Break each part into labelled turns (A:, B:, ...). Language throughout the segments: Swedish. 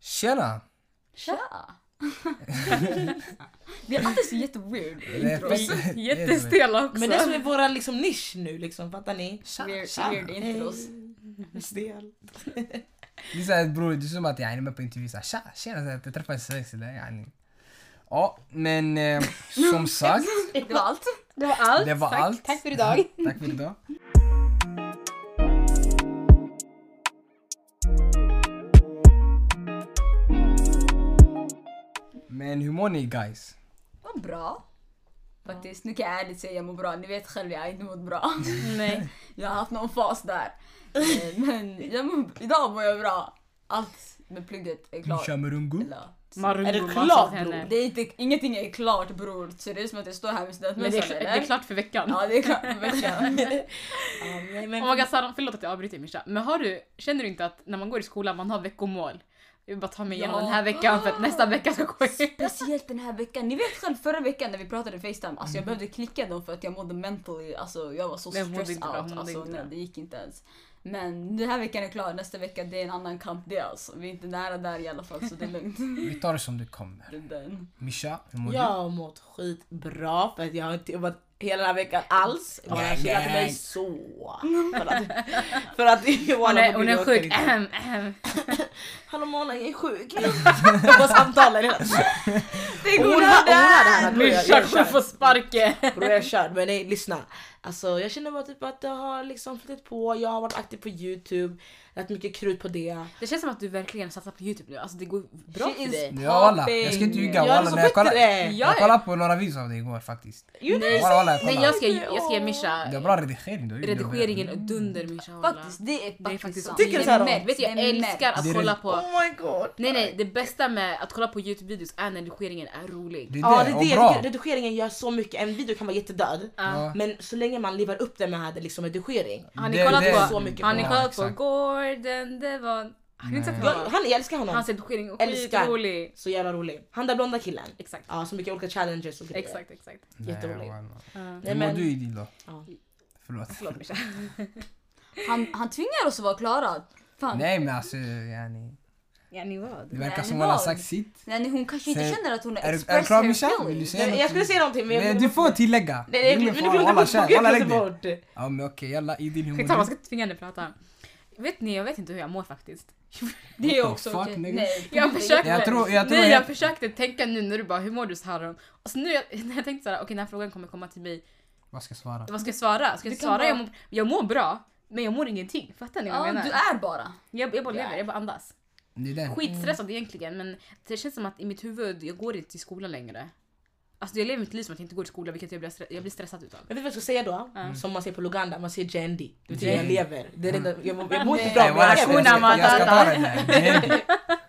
A: Tjena!
B: Tja! Vi är alltid så jätteweird
A: Det är
B: intros.
A: precis-
C: Jättestela också.
D: Men det som är våra liksom, nisch nu liksom, fattar ni?
B: Weird,
D: Tja.
B: weird intros.
D: Hej. Stel.
A: Det är såhär bror, det är som att jag är med på intervju såhär tja, tjena, så här, jag träffade en svensk sådär yani. Ja, men eh, som sagt,
B: Det var allt.
C: Det var allt.
A: det var
C: tack,
A: allt.
C: Tack för idag.
A: Tack för idag. Men hur mår ni guys?
B: Vad bra. Faktiskt, nu kan jag ärligt säga jag mår bra. Ni vet själv, jag har inte mått bra.
C: Nej.
B: Jag har haft någon fas där. Eh, Men jag mår, idag mår jag bra. Allt med plugget är klart.
A: Nisha Murungu?
B: Eller,
C: Marungo,
D: Är det
C: man
D: klart,
C: sa till
D: bror?
C: henne.
B: det är inte, ingenting är klart bror. Så det är som att jag står här med
C: Men det är,
B: studentmössan
C: klart, det är
B: eller?
C: klart för veckan.
B: Ja, det är klart. för veckan.
D: Ja, nej,
C: Oh my
D: men,
C: God, Saran, förlåt att jag avbryter Misha. Men har du, känner du inte att när man går i skolan man har veckomål? Jag vill bara ta mig igenom
B: Ja.
C: den här veckan för att nästa vecka ska gå in.
B: Speciellt den här veckan. Ni vet själv förra veckan när vi pratade Facetime, alltså jag behövde klicka dem för att jag mådde mentally, alltså jag var så
C: Men jag mådde
B: stressed
C: inte bra, jag
B: out.
C: mådde
B: Alltså
C: inte
B: nej,
C: bra.
B: det gick inte ens. Men den här veckan är klar, nästa vecka det är en annan kamp det alltså. Vi är inte nära där i alla fall så det är lugnt.
A: Vi tar det som det kommer.
B: Det är den.
A: Misha, hur mår
D: jag har mått skitbra för att jag har inte jobbat hela den här veckan alls. Jag har
A: Gang,
D: chillat
A: gang.
D: mig så. För att, för att
C: Hon är, hon är
D: orkar
C: sjuk.
D: inte.
C: Ahem, ahem.
D: Hallå Mona, jag är sjuk. Jag bara samtalar hela tiden.
B: Det
D: Hon hör- hon hör det här. bror, jag-
C: Misha
D: jag
C: kommer
D: kör.
C: få sparken.
D: Bror jag är körd, men nej lyssna. Alltså jag känner bara typ att jag har liksom flyttat på, jag har varit aktiv på youtube, lagt mycket krut på det.
C: Det känns som att du verkligen satsar på Youtube nu. Alltså det går bra
B: She
C: för
B: is-
C: dig.
A: Ja walla, jag ska inte
B: Popping.
A: ljuga
D: Jag är
A: walla.
D: så
A: När jag kollade,
D: bättre!
A: jag
C: Jag är,
A: kollade på några videos av dig igår faktiskt.
D: You know?
A: Walla walla jag
C: nej, jag
A: kollade.
C: ska, jag ska ge Misha
A: Det var bra redigering du har gjort.
C: redigeringen och dunder Misha. walla.
B: Faktiskt, det är
C: Det är
B: faktiskt
C: faktiskt
B: sant.
D: Tycker du
C: det
D: så här
C: är
D: då?
C: märkt. Vet du, jag
B: Det är
C: älskar
A: märkt.
C: att kolla på...
D: Oh my god.
C: Nej nej, det bästa med att kolla på Youtube-videos är när redigeringen är
A: Det
C: rolig.
A: är
D: Ja det
A: det, och
D: är det,
A: bra.
D: Jag tycker redigeringen gör så mycket, en video kan vara jättedöd.
C: Ja.
A: Ja.
D: Men så länge man levar upp det med liksom redigering.
C: Har ni
A: Det-
C: kollat
A: det är
C: på...
D: så mycket
C: Har ni
A: bra.
C: kollat på
A: Exakt.
C: Gordon Devon? Har ni inte sett
A: Nej.
D: Jag,
C: honom?
D: han, jag älskar honom.
C: Hans redigering är
D: Älskar.
C: skitrolig.
D: Så jävla rolig. Han där blonda killen.
C: Exakt.
D: Ja, så mycket olika challenges och grejer.
C: Exakt, exakt.
A: Nej,
D: Jätteroligt.
A: walla.
C: Ja.
D: Nej,
A: Hur mår
D: men,
A: du Idil då?
D: Ja.
A: Förlåt.
C: Förlåt Misha.
B: Han, han tvingar oss att vara klara. Fan.
A: Nej men alltså yani,
C: Ja ni vad?
A: det verkar
B: Nej,
A: som
B: vad?
A: hon har sagt sitt.
B: Nej, hon kanske inte
A: Sen-
B: känner att hon
A: är
B: är
A: du- är du klar, Misha?
B: expressing
A: Vill du säga-
D: Nej, jag skulle säga någonting men jag
A: Men du får tillägga.
D: Nej, nej,
A: Ingen
D: men du
A: fara,
D: glömde
A: walla
D: bort,
A: kör,
D: jag
A: walla lägg
D: glömde
A: dig.
D: bort.
A: Ja men okej jalla Idil hur
C: Skitsamma,
A: mår
C: jag
A: du?
C: ska tvinga henne att prata. Vet ni, jag vet inte hur jag mår faktiskt.
B: Det
A: What
B: är
A: the
B: också
A: fuck,
B: okej.
A: nigga?
B: Nej,
C: Jag försökte,
A: Jag tror- jag tror
C: nej,
A: jag-
C: jag försökte tänka nu när du bara hur mår du Saron? Och så nu jag- när jag tänkte såhär, okej den här frågan kommer komma till mig,
A: Vad ska jag svara?
C: vad ska jag svara? Ska jag
B: Du kan
C: svara
B: bara-
C: jag, mår, jag mår bra, men jag mår ingenting. Fattar ni vad
B: Ja,
C: jag
B: du
C: menar?
B: är bara.
C: Jag, jag bara
B: du
C: lever,
B: är-
C: jag bara andas.
A: Det är den.
C: Skitstressad egentligen men det känns som att i mitt huvud, jag går inte till skolan längre. Alltså jag lever mitt liv som att jag inte går till skolan vilket jag blir, stre- jag blir stressad utav.
D: Men vet du vad jag ska säga då?
C: Mm.
D: Som man ser på Luganda, man ser Jendi. Du vet
A: Jendi.
D: jag lever. Det är redan, jag, jag, jag mår inte bra
A: Nej,
D: men
A: walla, jag,
D: jag
A: ska, jag,
D: lever.
C: Hakuna
A: ska, jag ska ta
C: Matata.
A: den där. Det händer.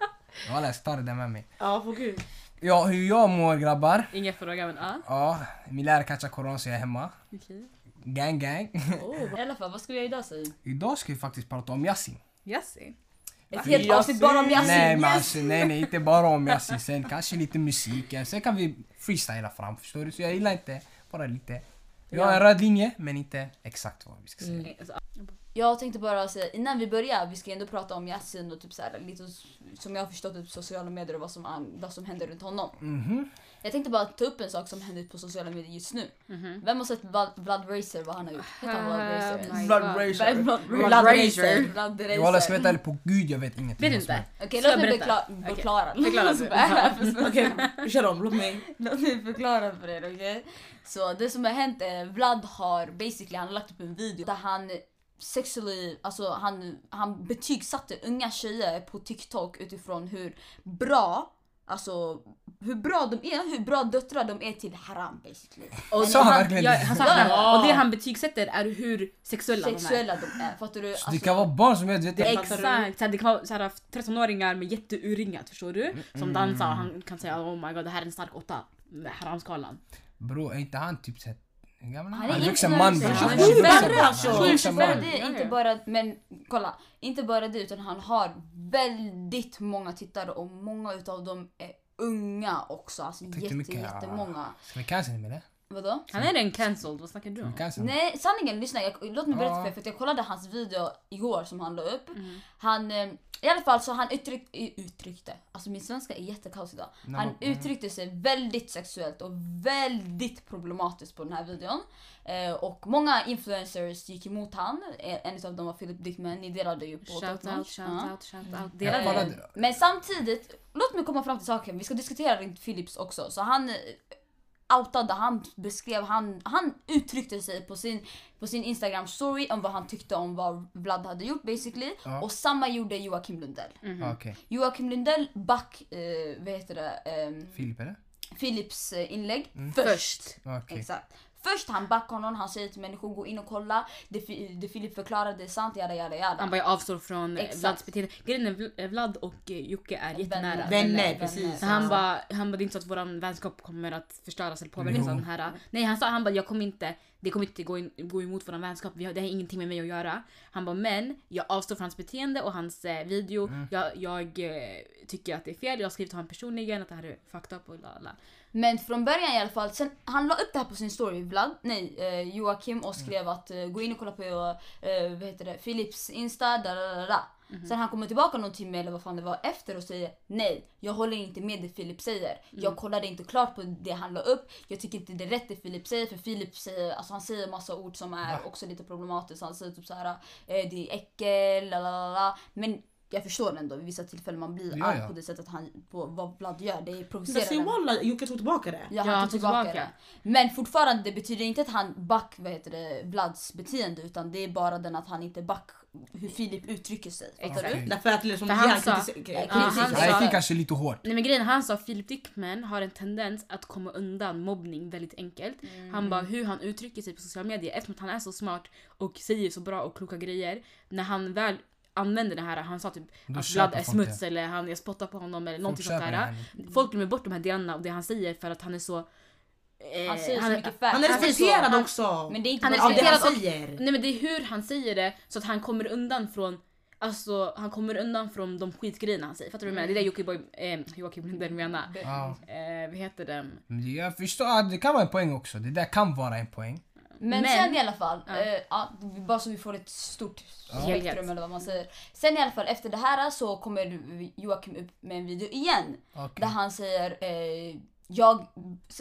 A: Walla jag ska ta det där med mig.
D: Ja, för gud.
A: Ja hur jag mår grabbar.
C: Ingen fråga men ah,
A: Ja, min lärare catchar corona så jag är hemma.
C: okej.
A: Gang gang.
C: Oh.
B: I alla fall, vad ska vi göra idag säger
A: Idag ska vi faktiskt prata om Yasin.
C: Yassi.
B: Ett helt
D: Jag
B: avsnitt bara om Yasin.
A: Nej, men
B: Yes!
A: alltså, nej nej inte bara om Yasin. Sen kanske lite musiken. Sen kan vi freestyla fram förstår du. Så jag gillar inte, bara lite. Vi har en röd linje men inte exakt vad vi ska säga.
C: Alltså,
B: Jag tänkte bara säga innan vi börjar, vi ska ändå prata om Yasin och typ så här, lite s- som jag har förstått det på sociala medier och vad som, an- vad som händer runt honom.
A: Mhm.
B: Jag tänkte bara ta upp en sak som händer på sociala medier just nu. Vem har sett Vlad, Vlad Racer, vad han har gjort? Heter han Vlad Racer ens?
C: Nej,
D: Blood
C: vad-
D: Racer.
B: Vlad
C: Oh Vlad
B: Vlad
C: Racer.
B: Racer. Vlad
A: Walla ska
B: Racer.
A: jag vara ärlig på gud jag vet ingenting. vad
C: Vet
A: som
C: inte.
A: händer.
B: Okej,
C: Ska
B: låt
C: jag
B: mig
C: berätta?
B: bekla-
C: Okej.
B: förklara.
C: Förklara
B: Så
C: du.
B: vad är det här för snubbe?
D: Okej, kör om. Låt mig.
B: Låt mig förklara för er, okej? Så det som har hänt är Vlad har basically han har lagt upp en video där han sexually, alltså han, han betygsatte unga tjejer på TikTok utifrån hur bra, alltså hur bra de är, hur bra döttrar de är till haram basically.
C: Och
A: Sa han verkligen
C: ja,
A: det?
C: han sa det. Och det han betygsätter är hur sexuella,
B: Sexuella de är, fattar du? Alltså,
A: Så det kan vara barn som jag vet
C: de är.
A: inte.
D: Fattar
C: Exakt! Så här, det kan vara så här 13-åringar med jätteuringat förstår du?
A: Mm.
C: Som Dan sa, han kan säga oh my god det här är en stark åtta med haramskalan.
A: Bror är inte han typ såhär hur gammal är
B: Han
A: han? Han
B: är
A: är
B: inte
A: vuxen
B: så
A: man
B: vuxen.
A: bror.
D: Han är
A: Han är vuxen
D: 25,
A: man.
D: alltså.
A: Han är vuxen man.
B: Men det
C: Ja,
B: är inte
C: ja.
B: bara, men kolla, inte bara det utan han har väldigt många tittare och många utav dem är unga också, alltså
A: Tänkte
B: jätte,
A: mycket, ja.
B: jättemånga.
A: Ska vi cancella med det?
B: Vadå?
C: Han är redan cancelled, vad snackar du om?
A: Kanske.
B: Nej, sanningen, lyssna. Jag, låt mig berätta
A: Ja.
B: för er för att jag kollade hans video igår som han la upp.
C: Mm.
B: Han, eh, i alla fall så han uttryck, i- uttryckte, alltså min svenska är jättekaos idag.
A: Nej,
B: Han
A: men- mm.
B: uttryckte sig väldigt sexuellt och väldigt problematiskt på den här videon. Eh, och många influencers gick emot han. Eh, En av dem var Philip Dickman, ni delade ju på
C: Shout
B: Tottenham.
C: out, shout
B: Ja.
C: out, shout out.
A: Jag
C: Dela det.
A: kollade-
B: Eh, Men samtidigt, låt mig komma fram till saken. Vi ska diskutera runt Philips också. Så han eh, outade, han beskrev, han, han uttryckte sig på sin, på sin Instagram story om vad han tyckte om vad Vlad hade gjort basically.
A: Ja.
B: Och samma gjorde Joakim Lundell.
C: Mm.
A: Ah, Okej.
B: Joakim Lundell back, eh, vad heter det, ehm,
A: Filip eller? Ah,
B: Philips eh, inlägg
C: Först.
A: Okej.
B: Exakt. Först han backar honom, han säger till människor gå in och kolla. Det, Fi- det Filip förklarade är sant, jada jada jada.
C: Han bara jag avstår från
B: Exakt.
C: Exakt. Vlads beteende. Grejen är Vl- eh, Vlad och eh, Jocke är jättenära.
D: Vänner, precis.
C: Så
D: Ja.
C: han bara, han bara, det är inte så att våran vänskap kommer att förstöras eller påverkas
A: Jo.
C: av den här. eh. Nej han sa, han bara, jag kommer inte, det kommer inte gå, in, gå emot våran vänskap, Vi har, det har ingenting med mig att göra. Han bara, men jag avstår från hans beteende och hans eh, video. Jag, jag eh, tycker att det är fel, jag har skrivit till honom personligen att det här är fucked up och la la.
B: Men från början i alla fall, sen, han la upp det här på sin story, Vlad, nej eh, Joakim och skrev att eh, gå in och kolla på eh, vad heter det, Philips Insta, da, da, da, da. Sen han kommer tillbaka någon timme eller vad fan det var efter och säger nej, jag håller inte med det Filip säger. Jag kollade inte klart på det han la upp. Jag tycker inte det är rätt det Filip säger för Filip säger, alltså han säger massa ord som är
A: Va?
B: också lite problematiskt. Han säger typ så här, eh, det är äckel, la la la la. Men jag förstår ändå vid vissa tillfällen man blir
A: Ja,
B: arg
A: ja.
B: på det sättet han, på vad Vlad gör. Det är
D: Så se
B: provocerande.
D: walla, Jocke tog tillbaka det.
B: Ja, han
C: Ja,
B: tog tillbaka, det. Men fortfarande, det betyder inte att han back, vad heter det, Vlads beteende utan det är bara den att han inte back hur Filip uttrycker sig. Fattar
A: Okej.
B: du?
D: Därför att liksom,
C: För han
D: ja,
C: sa-
D: kritis-
B: Ja,
D: kritis-
C: han
A: Ja, jag
C: sa-
A: fick kanske lite hårt.
C: Nej men grejen är, han sa Philip Dickman har en tendens att komma undan mobbning väldigt enkelt.
B: Mm.
C: Han bara hur han uttrycker sig på sociala medier eftersom att han är så smart och säger så bra och kloka grejer. När han väl använder det här, han sa typ
A: Då
C: att
A: köper
C: Vlad är
A: folk
C: smuts
A: det.
C: eller han, jag spottar på honom eller någonting sånt
A: köper det
C: där. Folk glömmer bort de här delarna och det han säger för att han är så... eh,
B: Han säger så mycket facts.
D: Han är
B: Han är så-
D: respekterad
B: han-
D: också.
B: Men det är inte
C: Han är
B: bara
D: Av det han
C: respekterad och-
D: säger.
C: Nej men det är hur han säger det så att han kommer undan från Alltså han kommer undan från de skitgrejerna han säger. Fattar du vad jag menar? Det är det Joakim Boy- eh, Joakim Lundell menar.
A: Ja.
C: Eh, vad heter den?
A: Men Jag förstår att det kan vara en poäng också. Det där kan vara en poäng.
B: Men,
C: Men-
B: sen i alla fall,
C: Ja.
B: eh, ja, bara så vi får ett stort spektrum
C: Helhet.
B: eller vad man säger. Sen i alla fall efter det här så kommer Joakim upp med en video igen.
A: Okej.
B: Där han säger eh, jag,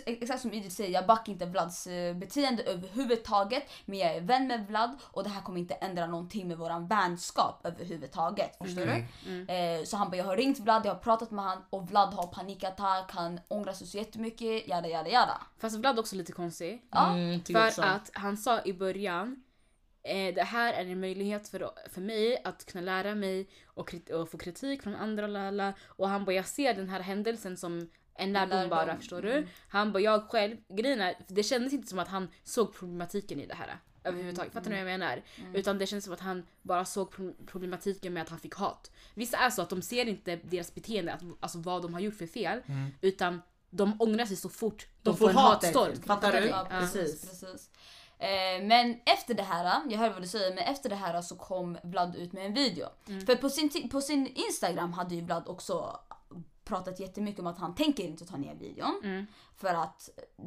B: exakt som Edith säger, jag backar inte Vlads eh, beteende överhuvudtaget men jag är vän med Vlad och det här kommer inte ändra någonting med våran vänskap överhuvudtaget. Förstår
A: Okej.
B: du? Eh, så han bara, jag har ringt Vlad, jag har pratat med han och Vlad har panikattack, han ångrar sig så jättemycket, jada jada jada.
C: Fast Vlad är också lite konstig.
B: Ja.
D: Mm, tycker
C: För
D: också.
C: att han sa i början eh, det här är en möjlighet för, för mig att kunna lära mig och, krit- och få kritik från andra lala. Och han bara jag ser den här händelsen som en lärdom
B: Lärdom.
C: bara förstår du. Han bara jag själv, grejen är, det kändes inte som att han såg problematiken i det här. Överhuvudtaget, fattar ni vad jag menar? Utan det känns som att han bara såg pro- problematiken med att han fick hat. Vissa är så att de ser inte deras beteende, att, alltså vad de har gjort för fel. Utan de ångrar sig så fort de, får, en
D: hatet.
C: hatstorm.
D: Fattar du?
B: Ja, precis.
D: Precis.
B: precis. Eh, men efter det här, jag hör vad du säger, men efter det här så kom Vlad ut med en video.
C: Mm.
B: För på sin, ti- på sin Instagram hade ju Vlad också pratat jättemycket om att han tänker inte ta ner videon.
C: Mm.
B: För att eh,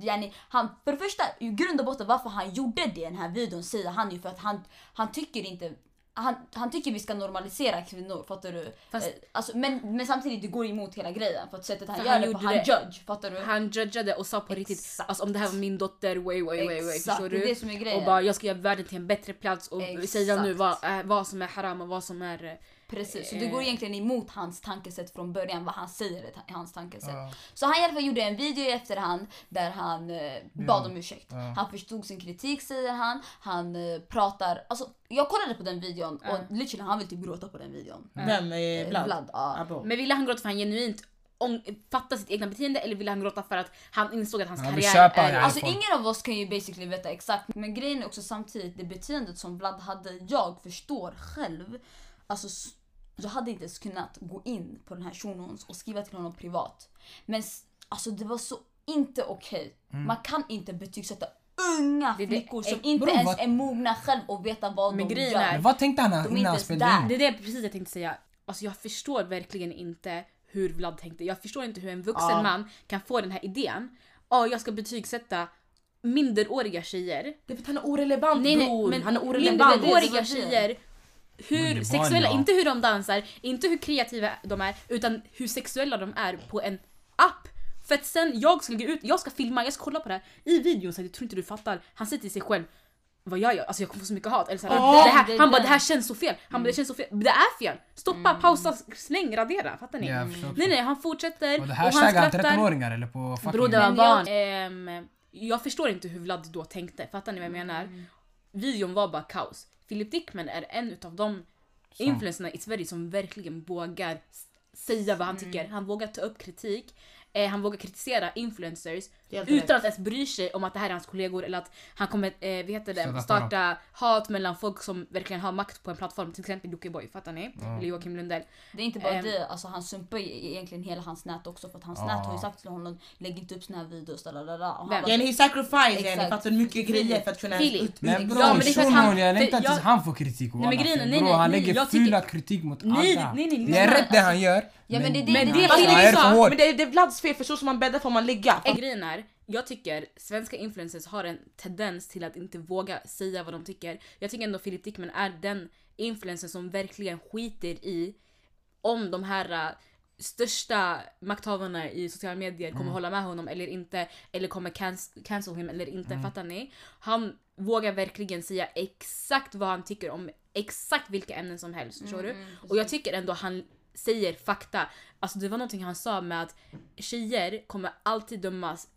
B: Yani, han, för det första, i grund och botten varför han gjorde det i den här videon säger han ju för att han, han tycker inte han, han tycker vi ska normalisera kvinnor, fattar du?
C: Fast-
B: eh, alltså, men, men samtidigt, det går emot hela grejen för att sättet han
C: För
B: gör
C: han
B: det på,
C: gjorde
B: han
C: det.
B: judge, fattar du?
C: Han judgade och sa på riktigt
B: Exakt.
C: alltså, om det här var min dotter, way way way way.
B: Exakt,
C: Förstår
B: det är
C: du?
B: det som är grejen.
C: Och bara jag ska göra världen till en bättre plats och
B: Exakt.
C: säga nu vad, äh, vad som är haram och vad som är... eh,
B: Precis, så det går egentligen emot hans tankesätt från början, vad han säger är ta- hans tankesätt.
A: Ja.
B: Så han i alla fall gjorde en video i efterhand där han eh, bad om ursäkt.
A: Ja.
B: Han förstod sin kritik säger han, han eh, pratar, alltså jag kollade på den videon och literally han vill typ gråta på den videon.
D: Mm. Vem är
B: Vlad.
D: Vlad?
B: ja.
D: Ah, bom.
C: Men ville han gråta för han genuint ång- fattar sitt egna beteende eller ville han gråta för att han insåg att hans
A: Han vill
C: karriär
A: köpa
C: är...
A: det.
B: Alltså
A: folk.
B: ingen av oss kan ju basically veta exakt men grejen är också samtidigt det beteendet som Vlad hade, jag förstår själv. Alltså s- jag hade inte ens kunnat gå in på den här shunons och skriva till honom privat. Men s- alltså det var så inte okej. Man kan inte betygsätta unga
C: Det är det-
B: flickor som
C: eh,
B: inte
A: bro,
B: ens
A: vad-
B: är mogna själv och veta vad
C: Men
B: de
C: grejen
B: gör.
A: Men
C: är-
A: vad tänkte han
B: inte
A: innan han
B: ens
A: spelade
B: där.
A: in?
C: Det är det precis jag tänkte säga. Alltså jag förstår verkligen inte hur Vlad tänkte. Jag förstår inte hur en vuxen
D: Ja.
C: man kan få den här idén. Ja, jag ska betygsätta minderåriga tjejer
D: Det är för att han är orelevant
C: Nej, nej,
D: bror.
C: men
D: han är orelevant.
B: det är det som
C: minderåriga
B: är
C: tjejer
A: Men det
C: hur
A: var
C: sexuella,
A: en ja.
C: inte hur de dansar, inte hur kreativa de är, utan hur sexuella de är på en app. För att sen jag ska lägga ut, jag ska filma, jag ska kolla på det här i videon så jag tror inte du fattar. Han säger till sig själv vad gör jag? Alltså jag kommer få så mycket hat. Eller så här,
B: Åh!
C: det
B: Det Mm.
C: här,
B: är
C: han bara
B: den.
C: det här känns så fel. Han bara
A: Mm.
C: det känns så fel. Det är fel! Stoppa, pausa, släng, radera. Fattar ni?
A: Ja, jag förstår.
C: Nej nej, han fortsätter
A: Och det
C: han
A: hashtaggar han 13-åringar eller på fucking...
C: Bror det var
B: Men jag-
C: barn. Ehm, jag förstår inte hur Vlad då tänkte, fattar ni vad jag menar? Videon var bara kaos. Filip Dickman är en utav de
A: Som-
C: influencerna i Sverige som verkligen vågar s- säga vad han tycker. Han vågar ta upp kritik, eh, han vågar kritisera influencers
D: Helt rätt.
C: utan att ens bry sig om att det här är hans kollegor eller att han kommer eh, vad heter
A: Stöta på
C: det, starta hat mellan folk som verkligen har makt på en plattform. Till exempel Jockiboi, fattar ni? Eller Joakim Lundell.
B: Det är inte bara
C: Ehm.
B: det, alltså han sumpar ju egentligen hela hans nät också för att hans
A: Ja.
B: nät har ju sagt till honom lägg inte upp såna här videos. Da, da, da, da. Och han
C: Vem?
B: bara,
D: Yani he sacrificed yani,
B: Exakt.
D: fattar du hur mycket grejer för att kunna...
C: Filip.
A: Men bror,
C: Ja,
A: ja,
C: men det är för att han-
A: jag
C: för
A: längtar tills
C: jag-
A: han får kritik och
C: Nej, men
A: alla
C: grejen är-
A: fel.
C: nej,
A: Bror,
C: nej,
A: han
C: nej,
A: lägger
C: jag tycker-
A: fula kritik mot
C: Nej,
A: alla.
C: nej, nej,
A: Det är
C: nej,
A: rätt det han gör.
B: men det är det-
A: men
C: Men det
B: Nej,
D: Fast
A: han
D: Alltså, det Mm.
C: Filip
A: är
D: är,
A: för
C: sa,
D: så, men
A: hård.
D: det, är- det är Vlads fel, för så som man bäddar får man ligga.
C: Eh, Grejen är, jag tycker svenska influencers har en tendens till att inte våga säga vad de tycker. Jag tycker ändå Filip Dickman är den influencer som verkligen skiter i om de här eh, största makthavarna i sociala medier kommer hålla med honom eller inte. Eller kommer canc- cancel him eller inte. Fattar ni? Han vågar verkligen säga exakt vad han tycker om exakt vilka ämnen som
B: Mm.
C: helst. Förstår du? Och jag tycker ändå han säger fakta. Alltså det var någonting han sa med att tjejer kommer alltid dömas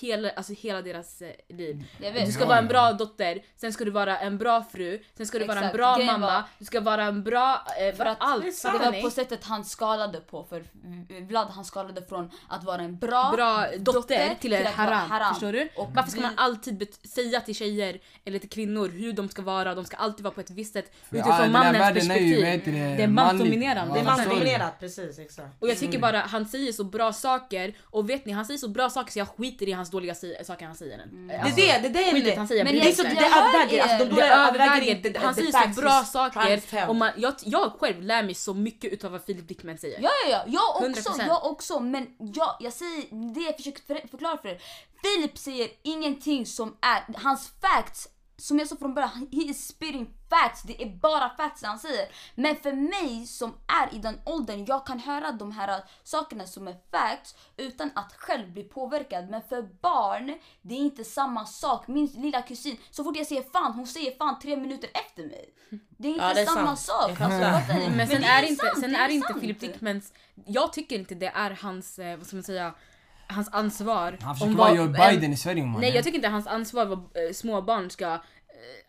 C: hela, alltså hela deras eh, liv.
B: jag
C: Du
B: vet.
C: ska vara en bra dotter, sen ska du vara en bra fru, sen ska du vara en
B: Exakt.
C: bra
B: Grejen
C: mamma,
B: var-
C: du ska vara en bra... Eh,
B: För att
C: allt.
B: det
C: fattar
B: var
C: ni?
B: på sättet han skalade på för Vlad han skalade från att vara en bra,
C: bra dotter, till en
B: att vara
C: haram, Förstår du?
B: Och
C: Varför ska
B: vi-
C: man alltid bet- säga till tjejer eller till kvinnor hur de ska vara? De ska alltid vara på ett visst sätt
A: Ja,
C: utifrån
A: den här
C: mannens
A: världen är ju,
C: perspektiv.
A: vad heter det,
C: Det är
A: manligt.
C: mansdominerande.
D: Det är
A: Ja, sorry.
D: mansdominerat, precis exakt.
C: Och jag tycker bara han säger så bra saker och vet ni han säger så bra saker så jag skiter i hans dåliga si- saker han säger.
D: Det
C: Alltså,
D: är det, det är
C: skit i att
D: det.
C: han säger.
B: Men
C: bryr
D: Det är
C: mig
D: så det
C: inte.
B: jag hör
D: överväger, alltså
B: er.
D: de
C: Det
D: dåliga överväger
C: överväger,
D: inte.
C: han
D: the
C: säger
D: facts
C: så bra
D: is trans
C: saker.
D: hell.
C: Och man, jag, jag själv lär mig så mycket utav vad Filip Dickman säger.
B: Ja, ja, ja. Jag också,
C: 100%.
B: jag också. Men jag, jag säger det jag försöker för- förklara för er. Filip säger ingenting som är hans facts. Som jag sa från början, he is spitting facts. Det är bara facts han säger. Men för mig som är i den åldern, jag kan höra de här sakerna som är facts utan att själv bli påverkad. Men för barn, det är inte samma sak. Min lilla kusin, så fort jag säger fan, hon säger fan tre minuter efter mig. Det är inte
D: Ja, det är
B: samma
D: sant.
B: sak.
D: Jag fattar.
B: Alltså, fattar ni?
C: Men sen
B: det
C: är inte,
B: sant,
C: sen
B: det
C: är inte
B: sant.
C: Filip Dickmans, jag tycker inte det är hans, eh, vad ska man säga, hans ansvar.
A: Han
C: om
A: försöker vara
C: vad-
A: Joe
C: en-
A: Biden i Sverige mannen.
C: Nej jag tycker inte hans ansvar vad eh, små barn ska eh,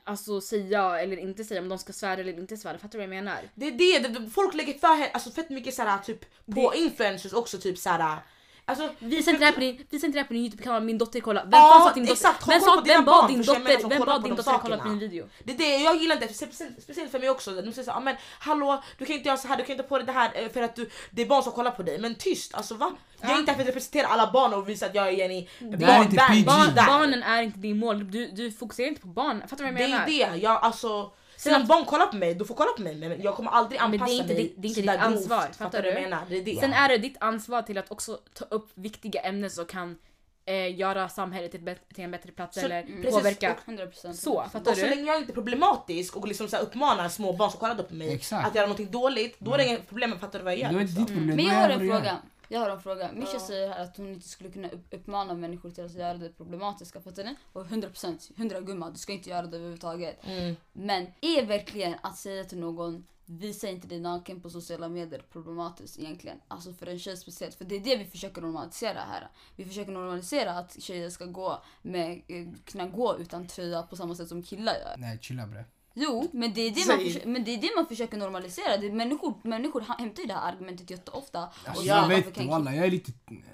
C: alltså säga eller inte säga, om de ska svära eller inte svära. Fattar du vad jag menar?
D: Det är det, det- det, folk lägger för he- alltså fett mycket såhär, typ på influencers också typ såhär. Alltså,
C: Visa inte det här på din, visa inte det här på din youtube-kanal, min dotter kollar. Vem
D: Ja,
C: fan sa att din dotter,
D: exakt. Kolla
C: vem, sa,
D: på
C: att-
D: dina
C: vem bad
D: barn,
C: din
D: förstår jag, men
C: dotter,
D: alltså,
C: vem
D: kolla
C: bad
D: på
C: din
D: de
C: dotter att kolla på
D: sakerna.
C: min video?
D: Det är det jag gillar inte, speciellt, speciellt för mig också. De säger såhär, men hallå du kan inte göra så här, du kan inte ha på dig det här eh, för att du, det är barn som kollar på dig. Men tyst, alltså va? Jag är inte här för att representera alla barn och visa att jag är Jenny.
A: Det här är inte PG.
C: Barn,
A: Där.
C: barnen är inte din mål, du, du fokuserar inte på barnen. Fattar du vad
D: Det
C: jag menar?
D: är ju det, jag alltså. Sen
C: Sen
D: om barn kollar på mig, då får kolla på mig men jag kommer aldrig
C: det är
D: anpassa
C: inte
D: mig
C: ditt- det är inte
D: sådär
C: ditt ansvar,
D: grovt,
C: fattar
D: du? vad
C: du?
D: jag menar? Det är det.
C: Sen är det ditt ansvar till att också ta upp viktiga ämnen som kan eh, göra samhället till, ett bet- till en bättre plats
D: Så-
C: eller
D: precis,
C: påverka.
B: 100%.
C: Så, fattar
D: och så
C: du?
D: länge jag inte är problematisk och liksom så här uppmanar små barn som kollar på mig
A: Exakt. Mm.
D: att göra någonting dåligt, då är det inget problem. Fattar du vad jag gör?
A: Då är det ditt problem.
B: Men
A: då
B: jag
A: är
B: har
A: vad
B: en
A: du gör.
B: fråga. Jag har en fråga. Mischa säger här att hon inte skulle kunna upp- uppmana människor till att göra det problematiska. Fattar ni? Och 100%, 100 gumma, du ska inte göra det överhuvudtaget.
D: Mm.
B: Men är verkligen att säga till någon visa inte dig naken på sociala medier problematiskt egentligen? Alltså för en tjej speciellt. För det är det vi försöker normalisera här. Vi försöker normalisera att tjejer ska gå med, eh, kunna gå utan tröja på samma sätt som killar gör.
A: Nej chilla bre.
B: Jo, men det är det, man,
D: Säg.
B: försö- men det, är det man försöker normalisera. Det är människor, människor ha- hämtar ju det här argumentet jätteofta.
A: Alltså,
B: Och
A: jag
B: säger,
A: vet
B: varför kan
A: walla, jag är lite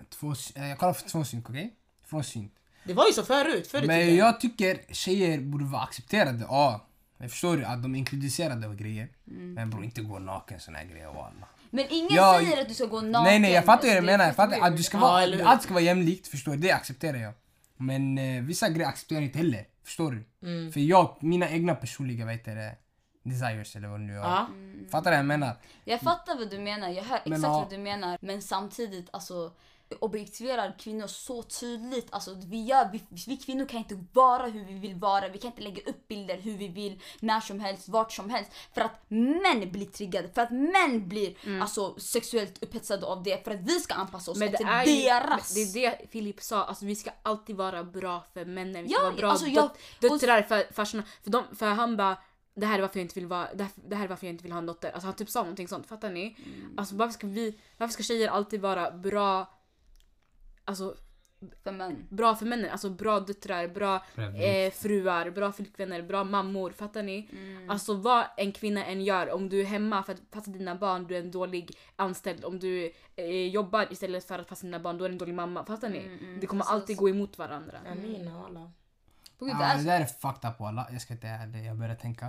A: tvåsynt. Jag kallar för tvåsynt okej? Frånsynt.
D: Det var ju så förut. förut tyckte
A: Men jag tycker tjejer borde vara accepterade. Ja, jag förstår att de är inkluderade av grejer.
D: Mm.
A: Men bror inte gå naken såna här grejer walla.
B: Men ingen
A: Ja,
B: säger att du ska gå naken.
A: Nej nej jag fattar vad
B: Det
A: du
B: är
D: alltså,
A: menar. Jag
B: skit-
A: fattar att du ska
D: Ja,
A: vara,
D: eller hur?
A: allt ska vara jämlikt förstår du. Det accepterar jag.
D: Mm.
A: Men eh, vissa grejer accepterar jag inte heller. Förstår du? För jag, mina egna personliga vad heter det, desires eller vad det nu är.
D: Ja.
A: Fattar du vad jag menar?
B: Jag fattar vad du menar, jag hör exakt
A: Men, ja.
B: vad du menar. Men samtidigt, alltså objektiverar kvinnor så tydligt. Alltså, vi, gör, vi, vi kvinnor kan inte vara hur vi vill vara. Vi kan inte lägga upp bilder hur vi vill, när som helst, vart som helst. För att män blir triggade, för att män blir alltså, sexuellt upphetsade av det. För att vi ska anpassa oss
C: Mm. Men det
B: efter
C: är ju,
B: deras.
C: Det är det Filip sa, alltså, vi ska alltid vara bra för männen. Vi ska
B: Ja,
C: vara bra
B: alltså,
C: alltså,
B: jag-
C: döt- döttrar för farsorna. För, de, för han bara det här är varför jag inte vill vara, det här, det här är varför jag inte vill ha en dotter. Alltså han typ sa någonting sånt, fattar ni?
B: Mm.
C: Alltså varför ska vi, varför ska tjejer alltid vara bra, alltså
B: för män.
C: bra för männen? Alltså bra döttrar, bra
A: Precis.
C: eh, fruar, bra flickvänner, bra mammor, fattar ni? Alltså vad en kvinna än gör, om du är hemma för att passa dina barn, du är en dålig anställd. Om du eh, jobbar istället för att passa dina barn, då är du en dålig mamma. Fattar ni? det kommer alltid gå emot varandra.
D: Amina walla.
B: På grund av det
A: Ja,
B: är
A: Ah,
D: alltså-
A: det
B: så-
A: där är fucked up walla. Jag ska inte ärlig, jag börjar tänka.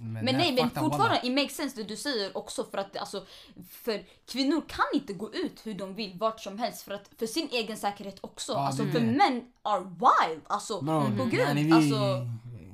A: det
B: Men
A: är
B: nej, men
A: fucked up, wallah.
B: fortfarande, it makes sense det du säger också för att alltså, för kvinnor kan inte gå ut hur de vill vart som helst för att för sin egen säkerhet också.
A: Ja,
B: alltså
A: det är
B: för
A: det.
B: män are wild, alltså
A: Bro,
B: på
A: mm.
B: gud,
A: yani, vi,
B: alltså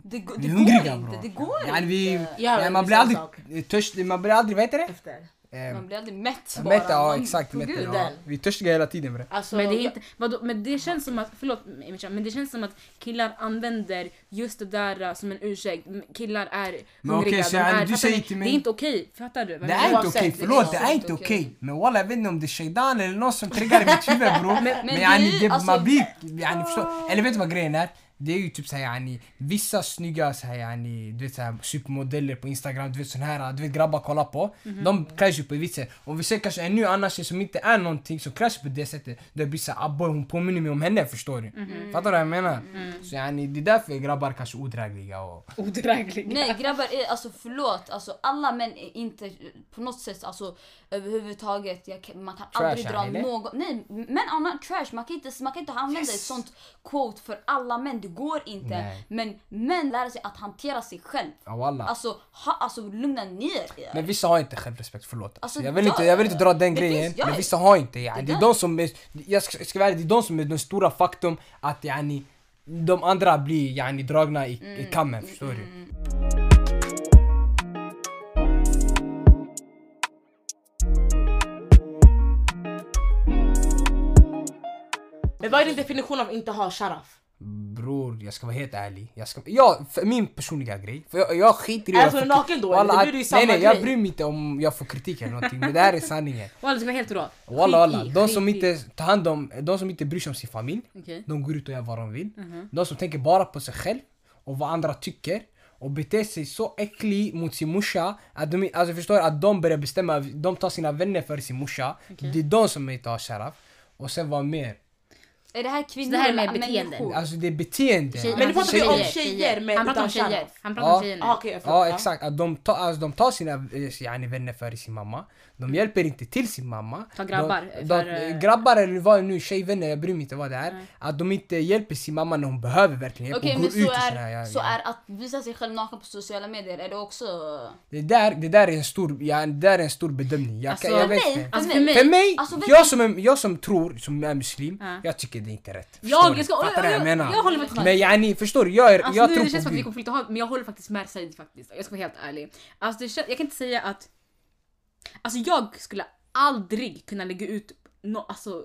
B: det, go-
A: vi är
B: det går
A: hungriga
B: inte,
A: bror.
B: det går
A: Yani,
B: inte.
A: vi,
D: Ja,
A: yani,
D: det
A: man
D: är
A: blir aldrig
D: samma
A: törstig, man blir aldrig, vad heter det?
D: Efter.
A: Eh,
B: Man blir aldrig mätt bara.
A: Mätta, ja
B: Man-
A: exakt.
B: på
A: Mätta,
B: gud.
A: ja. Vi är törstiga hela tiden bre.
D: Alltså,
C: Men det, är inte, vadå, men det känns som att, förlåt Mischa, men det känns som att killar använder just det där uh, som en ursäkt. M- Killar är
A: Men
C: hungriga,
A: okej,
C: de
A: så
C: är,
A: jag- du
C: fattar
A: säger
C: ni?
A: till
C: Det
A: mig-
C: är inte okej, fattar du? vad
A: Det
C: jag
A: är
C: menar?
A: inte
D: Oavsett,
A: okej,
D: det är
A: förlåt det
B: inte
A: är inte
B: okej.
A: okej. Men walla jag vet inte om det är shaidan eller någon som triggar i mitt huvud bror. Men,
B: men
A: yani,
B: du,
A: det,
B: alltså-
A: man blir, yani, förstår, eller vet du vad grejen är? Det är ju typ såhär yani, vissa snygga såhär yani, du vet såhär supermodeller på instagram, du vet sån här, du vet grabbar kollar på. De klär sig på ett visst sätt. Och vi ser kanske en ny annan tjej som inte är någonting som klär sig på det sättet. Det blir såhär ah boy hon påminner mig om henne förstår du. Fattar du vad jag menar? Så yani, det är därför grabbar kanske är odrägliga och...
C: Odrägliga.
B: Nej grabbar, är, alltså förlåt, alltså, alla män är inte eh, på något sätt alltså, överhuvudtaget, jag, kan- man kan
A: Trash,
B: aldrig dra
A: eller?
B: någon, nej män annan trash, man kan inte, man kan inte använda ett sånt quote för alla män, det går inte.
A: Nej.
B: Men män lär sig att hantera sig själv.
A: Ja, wallah.
B: Alltså, ha, alltså lugna ner er.
A: Men vissa har inte självrespekt, förlåt.
B: Alltså,
A: jag, vill
B: ja,
A: inte, jag vill inte dra den
B: det
A: grejen,
B: finns- ja,
A: men vissa har inte. Ja.
B: det
A: Det,
B: är
A: är
B: den.
A: de som är, jag ska, ska vara ärlig, det är de som är den stora faktorn att yani, de andra blir yani, dragna i,
D: Mm,
A: i kammen, förstår du?
D: men vad är din definition av inte ha sharaf?
A: Bror, jag ska vara helt ärlig. Jag ska, ja, för min personliga grej. För jag, jag skiter i
D: Är
A: jag
D: du
A: får-
D: naken då, eller?
A: Wallah,
D: Det blir ju
A: att-
D: samma
A: Nej, nej, jag
D: grej.
A: bryr mig inte om jag får kritik eller någonting. men det här är sanningen.
C: Walla, du var helt rå.
A: Walla
C: Skit i,
A: walla, de
C: skit
A: som
C: i.
A: inte tar hand om, de som inte bryr sig om sin familj,
C: Okej.
A: de går ut och gör vad de vill.
D: Mhm.
A: De som tänker bara på sig själv och vad andra tycker och beter sig så äcklig mot sin morsa att de, alltså förstår du, att de börjar bestämma, de tar sina vänner för sin morsa. Det är de som inte har sharaf. Och sen vad mer?
B: Är det här kvinnor
C: Så det här är
B: eller
C: mer beteenden?
B: människor?
A: Alltså det är beteende. Alltså,
C: Tjejer-
D: Men nu pratar vi om
A: Tjejer.
D: tjejer med
C: Han pratar om
D: utan
C: tjejer.
D: sharaf.
C: Han pratar om
A: Ja,
C: tjejer nu.
D: Ah, okej, jag
A: ja
D: fattar.
A: exakt, att de, tar alltså, de tar sina eh, yani, vänner före sin mamma. De hjälper inte till sin mamma.
C: Ta grabbar
A: de, de,
C: för, eh,
A: Grabbar eller vad nu, tjejvänner, jag bryr mig inte vad det är. Att de inte hjälper sin mamma när hon behöver verkligen hjälp.
B: Okej
A: och
B: men
A: går ut
B: så
A: och sådär,
B: är,
A: ja,
B: så
A: ja.
B: är att visa sig själv naken på sociala medier, är det också...
A: Det, där, det där är en stor, ja, det där är en stor bedömning. Jag,
C: Alltså,
A: kan, jag
C: för
A: vet
B: Nej,
A: inte.
C: Alltså, för mig-
A: För mig,
B: Alltså, vet
A: jag, som är, jag som tror, som är muslim,
C: Ja.
A: jag tycker det är inte rätt.
C: Jag-
A: Förstår du?
C: jag ska-
A: Fattar du vad
C: jag-
A: jag
C: jag-
A: menar?
C: jag håller med Ahmed.
A: Men yani, förstår du? Jag, är,
C: Alltså,
A: jag
C: nu,
A: tror
C: det känns
A: på
C: som att vi
A: Gud.
C: kommer flytta hat, men jag håller faktiskt med Said faktiskt. Jag ska vara helt ärlig. Alltså, det känns, jag kan inte säga att... Alltså jag skulle aldrig kunna lägga ut no, alltså,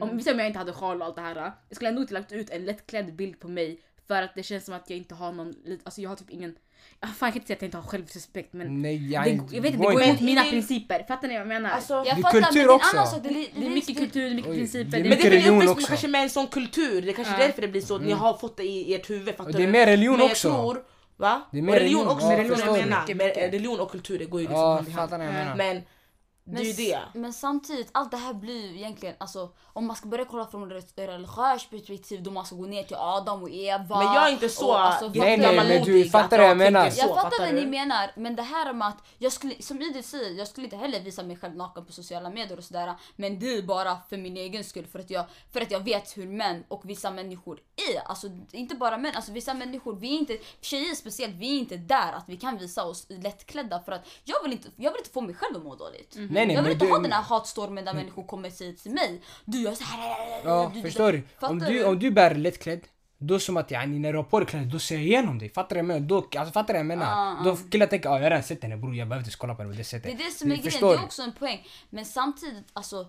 C: om, vi säger om jag inte hade sjal och allt det här. Jag skulle ändå inte lagt ut en lättklädd bild på mig för att det känns som att jag inte har någon... lit- Alltså jag har typ ingen... ah, Fan, jag kan inte säga att jag inte har självrespekt men...
A: Nej,
C: Det,
A: yani,
C: jag vet inte, det
A: går
C: går
A: inte.
C: emot mina
D: Men-
C: principer. Fattar ni vad jag menar?
D: Alltså,
B: Jag
A: Det är
B: fattar, men
A: kultur
B: det är en
A: också.
B: annan sak, det är liksom- li-
C: det är mycket kultur, det är mycket
A: Oj,
C: principer.
A: det är
C: det är
D: men det
A: mycket
D: är för ni är
A: religion
D: uppväxt
A: också.
D: med kanske med en sån kultur, det är kanske
C: Ja.
D: därför det blir så, att ni har fått det i ert huvud fattar
A: Och det är
D: du?
A: mer religion
D: men jag
A: också.
D: Tror, va?
A: Det är mer
D: och religion,
A: religion,
D: också,
A: ja,
D: det är religion
A: förstår
D: jag
A: du.
D: menar.
C: Mycket,
D: Men
C: mycket.
D: eh, religion och kultur det går ju liksom
A: Ja,
D: hand i hand.
A: fattar ni vad jag menar?
D: Men det är ju
B: s-
D: det.
B: men samtidigt, allt det här blir ju egentligen, alltså, om man ska börja kolla från ett religiöst perspektiv då man ska gå ner till Adam och Eva.
D: Men jag är inte så
B: och, alltså,
D: jävla
A: Nej,
B: fattar
A: nej,
B: man-
A: men du
D: modig
A: fattar
D: att
A: vad jag
D: tänker
A: menar.
D: så,
B: jag fattar vad
D: du?
B: ni menar, men det här om att, jag skulle, som Idil säger, jag skulle inte heller visa mig själv naken på sociala medier och sådär. Men det är bara för min egen skull, för att jag, för att jag vet hur män och vissa människor är. Alltså inte bara män, alltså vissa människor, vi är inte, tjejer speciellt, vi är inte där att vi kan visa oss lättklädda. För att jag vill inte, jag vill inte få mig själv att må dåligt.
A: Nej, nej,
B: jag
A: men
B: vill inte
A: du-
B: ha den här hatstormen där människor kommer och säger till mig, du gör såhär.
A: Ja, förstår du? Om du, om du bär lättklädd, då är det som att yani, när du har på dig kläder, då ser jag igenom dig. Fattar du vad jag menar? Då, alltså, fattar du vad jag menar?
B: Ja, ja.
A: Då killar tänker ah, jag har redan sett henne bror, jag behöver inte kolla på henne på det
B: Det
A: sättet.
B: är det som är
A: Du
B: grejen, det
A: förstår
B: är också en poäng. Men samtidigt, alltså.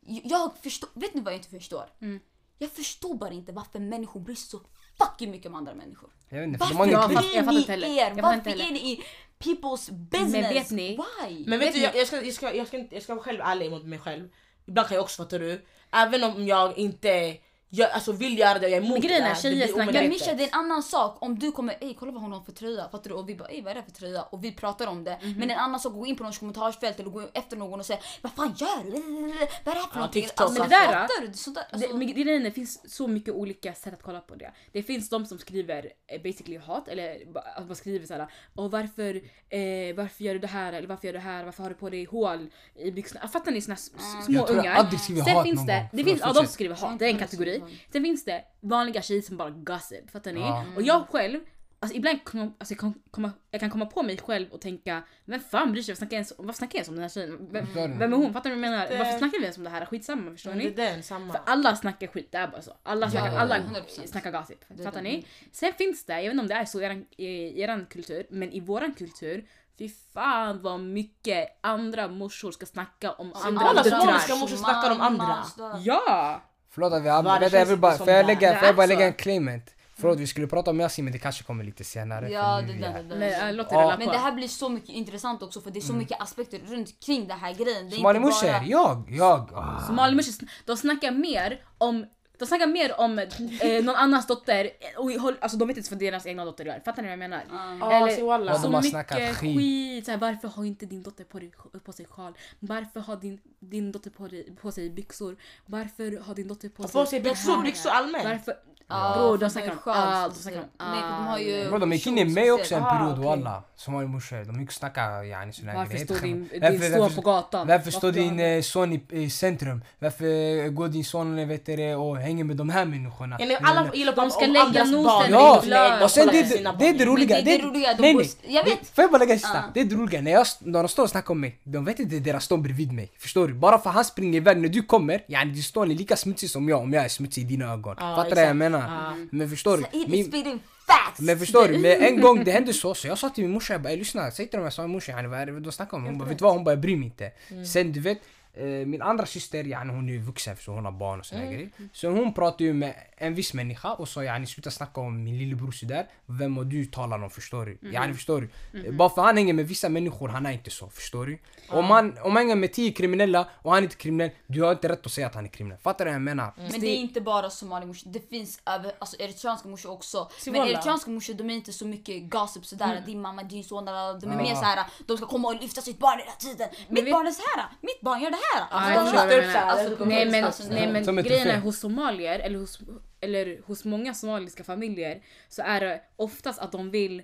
B: Jag jag förstår, vet ni vad jag inte förstår?
C: Mm.
B: Jag förstår bara inte varför människor bryr sig så fucking mycket om andra människor.
A: Jag vet inte, för
B: Varför
A: de har ingen klick.
C: Ja, fast- jag fattar inte
B: bryr
C: heller.
B: ni
C: Jag
B: er?
C: fattar
B: Varför
C: inte heller.
B: är ni i people's business?
C: vet ni-
B: Why?
D: Men vet
C: Vet
D: du,
C: ni-
D: jag, jag, ska, jag, ska, jag, ska, inte- jag ska vara själv ärlig mot mig själv. Ibland kan jag också, fattar du? Även om jag inte jag, alltså, vill göra det och jag är emot
C: Men grejen är,
D: det. det
C: tjejer
D: blir
C: snackar-
B: Men
D: omedvetet.
B: Mischa det är en annan sak om du kommer ey kolla vad hon har för tröja fattar du? och vi bara ey vad är det för tröja och vi pratar om det
C: Mhm.
B: men en annan sak att gå in på någons kommentarsfält eller gå efter någon och säga vad fan gör du? Vad är det här för
D: Ja,
B: någonting?
D: TikTok,
C: Men det där,
B: fattar du? Sådär, alltså,
C: Det, men grejen är, det finns så mycket olika sätt att kolla på det. Det finns de som skriver eh, basically hat eller ba- att man skriver såhär Åh varför, eh, varför gör du det här eller varför gör du det här, varför har du på dig hål i byxorna? Ah, Fattar ni såna s- små
A: Jag tror
C: ungar?
A: jag aldrig skriver
C: Sen
A: hat
C: finns
A: någon
C: det,
A: gång.
C: det
A: Förlåt,
C: finns, ja de
A: fortsätt.
C: som skriver hat,
B: Jag
C: det är en
B: tror det är
C: kategori.
B: så sant.
C: Sen finns det vanliga tjejer som bara gossip, fattar ni?
A: Ja.
C: Och jag själv, alltså ibland kan, alltså, jag kan, komma, jag kan komma på mig själv och tänka vem fan bryr sig, varför snackar jag ens, varför snackar jag ens om den här tjejen? Vem,
A: Förstår du?
C: vem är hon? Fattar ni vad jag
D: Det-
C: menar? Varför snackar vi ens om det här? Skitsamma förstår
D: Men
C: ni?
D: Det är den, samma.
C: För alla snackar skit, det är bara så. Alla snackar,
B: Ja,
C: alla
B: 100%.
C: snackar gossip.
B: Det är
C: Fattar
B: det.
C: ni? Sen finns det, jag vet inte om det är så i eran, i eran kultur, men i våran kultur, fy fan vad mycket andra morsor ska snacka om andra
D: alla
C: döttrar.
D: somaliska morsor snackar om andra.
B: Mamma, sådär.
C: Ja!
A: Förlåt att vi har...
D: Varför
A: Vänta, jag vill bara,
D: känns det
A: får jag
D: som det
A: lägga,
C: är?
A: får jag bara
C: Alltså.
A: lägga en claimant? Förlåt, vi skulle prata om Yasin men det kanske kommer lite senare.
B: Ja
A: för
B: det
A: nu är vi
B: där,
A: här.
B: det
C: Men
B: där.
C: jag låter
A: Ja.
C: det rulla
B: Men
C: äh, på.
B: det här blir så mycket intressant också för det är
A: Mm.
B: så mycket aspekter runt kring det här grejen. Det är inte
A: Somalimushor,
B: bara...
A: jag, jag. ah.
C: Somaliemursor, sn- de snackar mer om de snackar mer om eh, någon annans dotter, eh, och i håll- alltså de vet inte ens vad deras egna dotter gör. Fattar ni vad jag menar?
B: Ja.
D: Ja, se wallah.
A: Ja, de
C: Så
A: har snackat
C: mycket
A: skit.
C: skit. Så här, varför har inte din dotter på, dig, på sig sjal? Varför har din, din dotter på, dig, på sig byxor? Varför har din dotter på sig
D: På sig
C: det
D: byxor,
C: här?
D: byxor allmänt.
C: Varför?
B: Ja,
C: Bror,
B: för
C: de snackar om
B: det är skönt,
C: allt. De
B: så
C: snackar om
B: att säga. Nej, för de har ju-
A: Bro, de gick in i mig också en
D: Ah,
A: period
D: okej.
A: walla. Somalimushor, de gick och snackade yani såna här
C: Varför
A: grejer.
C: står din,
A: Varför-
C: din son
A: varför-
C: på gatan?
A: Varför står
C: har
A: din
C: han-
A: eh, son i, i centrum? Varför eh, går din son eh, vet du, det, och hänger med de här människorna?
D: Eller Alla gillar
C: De
D: på
C: ska
D: om
C: lägga
D: andras
C: nosen
D: barn.
C: i
D: Nej,
A: Ja,
C: blöd.
D: sina egna,
A: och sen
D: kolla
A: Alltså, det,
D: på sina
A: det, det är det
D: barn.
A: roliga.
B: Men det är det roliga, de
A: nej,
B: går-
A: nej.
B: jag vet.
A: Det- Får jag bara lägga en sista?
B: Ja.
A: Det är det roliga, när, jag, när de står och snackar om mig, de vet inte deras står bredvid mig. Förstår du? Bara för han springer iväg när du kommer, yani din stål är lika smutsig som jag om jag är smutsig i dina ögon.
D: Ja,
A: Fattar du vad jag
D: exakt.
A: menar? Men förstår
B: Så
A: du?
B: it
A: Min,
B: is speeding fast!
A: men förstår du, men en gång det hände så, så jag sa till min morsa, jag bara "Ey, lyssna, säg till dem jag sa morsa, yani, vad är det de snackar om? Hon bara vet du vad, hon bara jag bryr mig inte. Sen du vet, eh, min andra syster, yani, hon är ju vuxen så hon har barn och såna här grejer. Så hon pratade ju med en viss människa och sa yani sluta snacka om min lillebror sådär, vem och du talar om förstår du? Yani förstår du? Bara för han hänger med vissa människor, han är inte så, förstår du? Om, han, om han hänger med tio kriminella och han är inte kriminell, du har inte rätt att säga att han är kriminell. Fattar du vad jag menar?
B: Men det är inte bara somaliemorsor, det finns över, alltså eritreanska morsor också. Men
D: Siwalla.
B: eritreanska morsor de är inte så mycket gossip sådär,
C: Mm.
B: din mamma, din son, la, la, la. de är mer såhär, de ska komma och lyfta sitt barn hela tiden. Mitt
C: vi-
B: barn är såhär, mitt barn gör det här.
C: Ja,
B: Alltså,
C: jag
B: la, la, la.
C: förstår vad du
D: menar.
B: Alltså,
C: Nej men,
B: alltså,
C: nej,
A: Som
C: men
A: ett
C: grejen är
A: trofé.
C: hos somalier eller hos, eller hos många somaliska familjer så är det oftast att de vill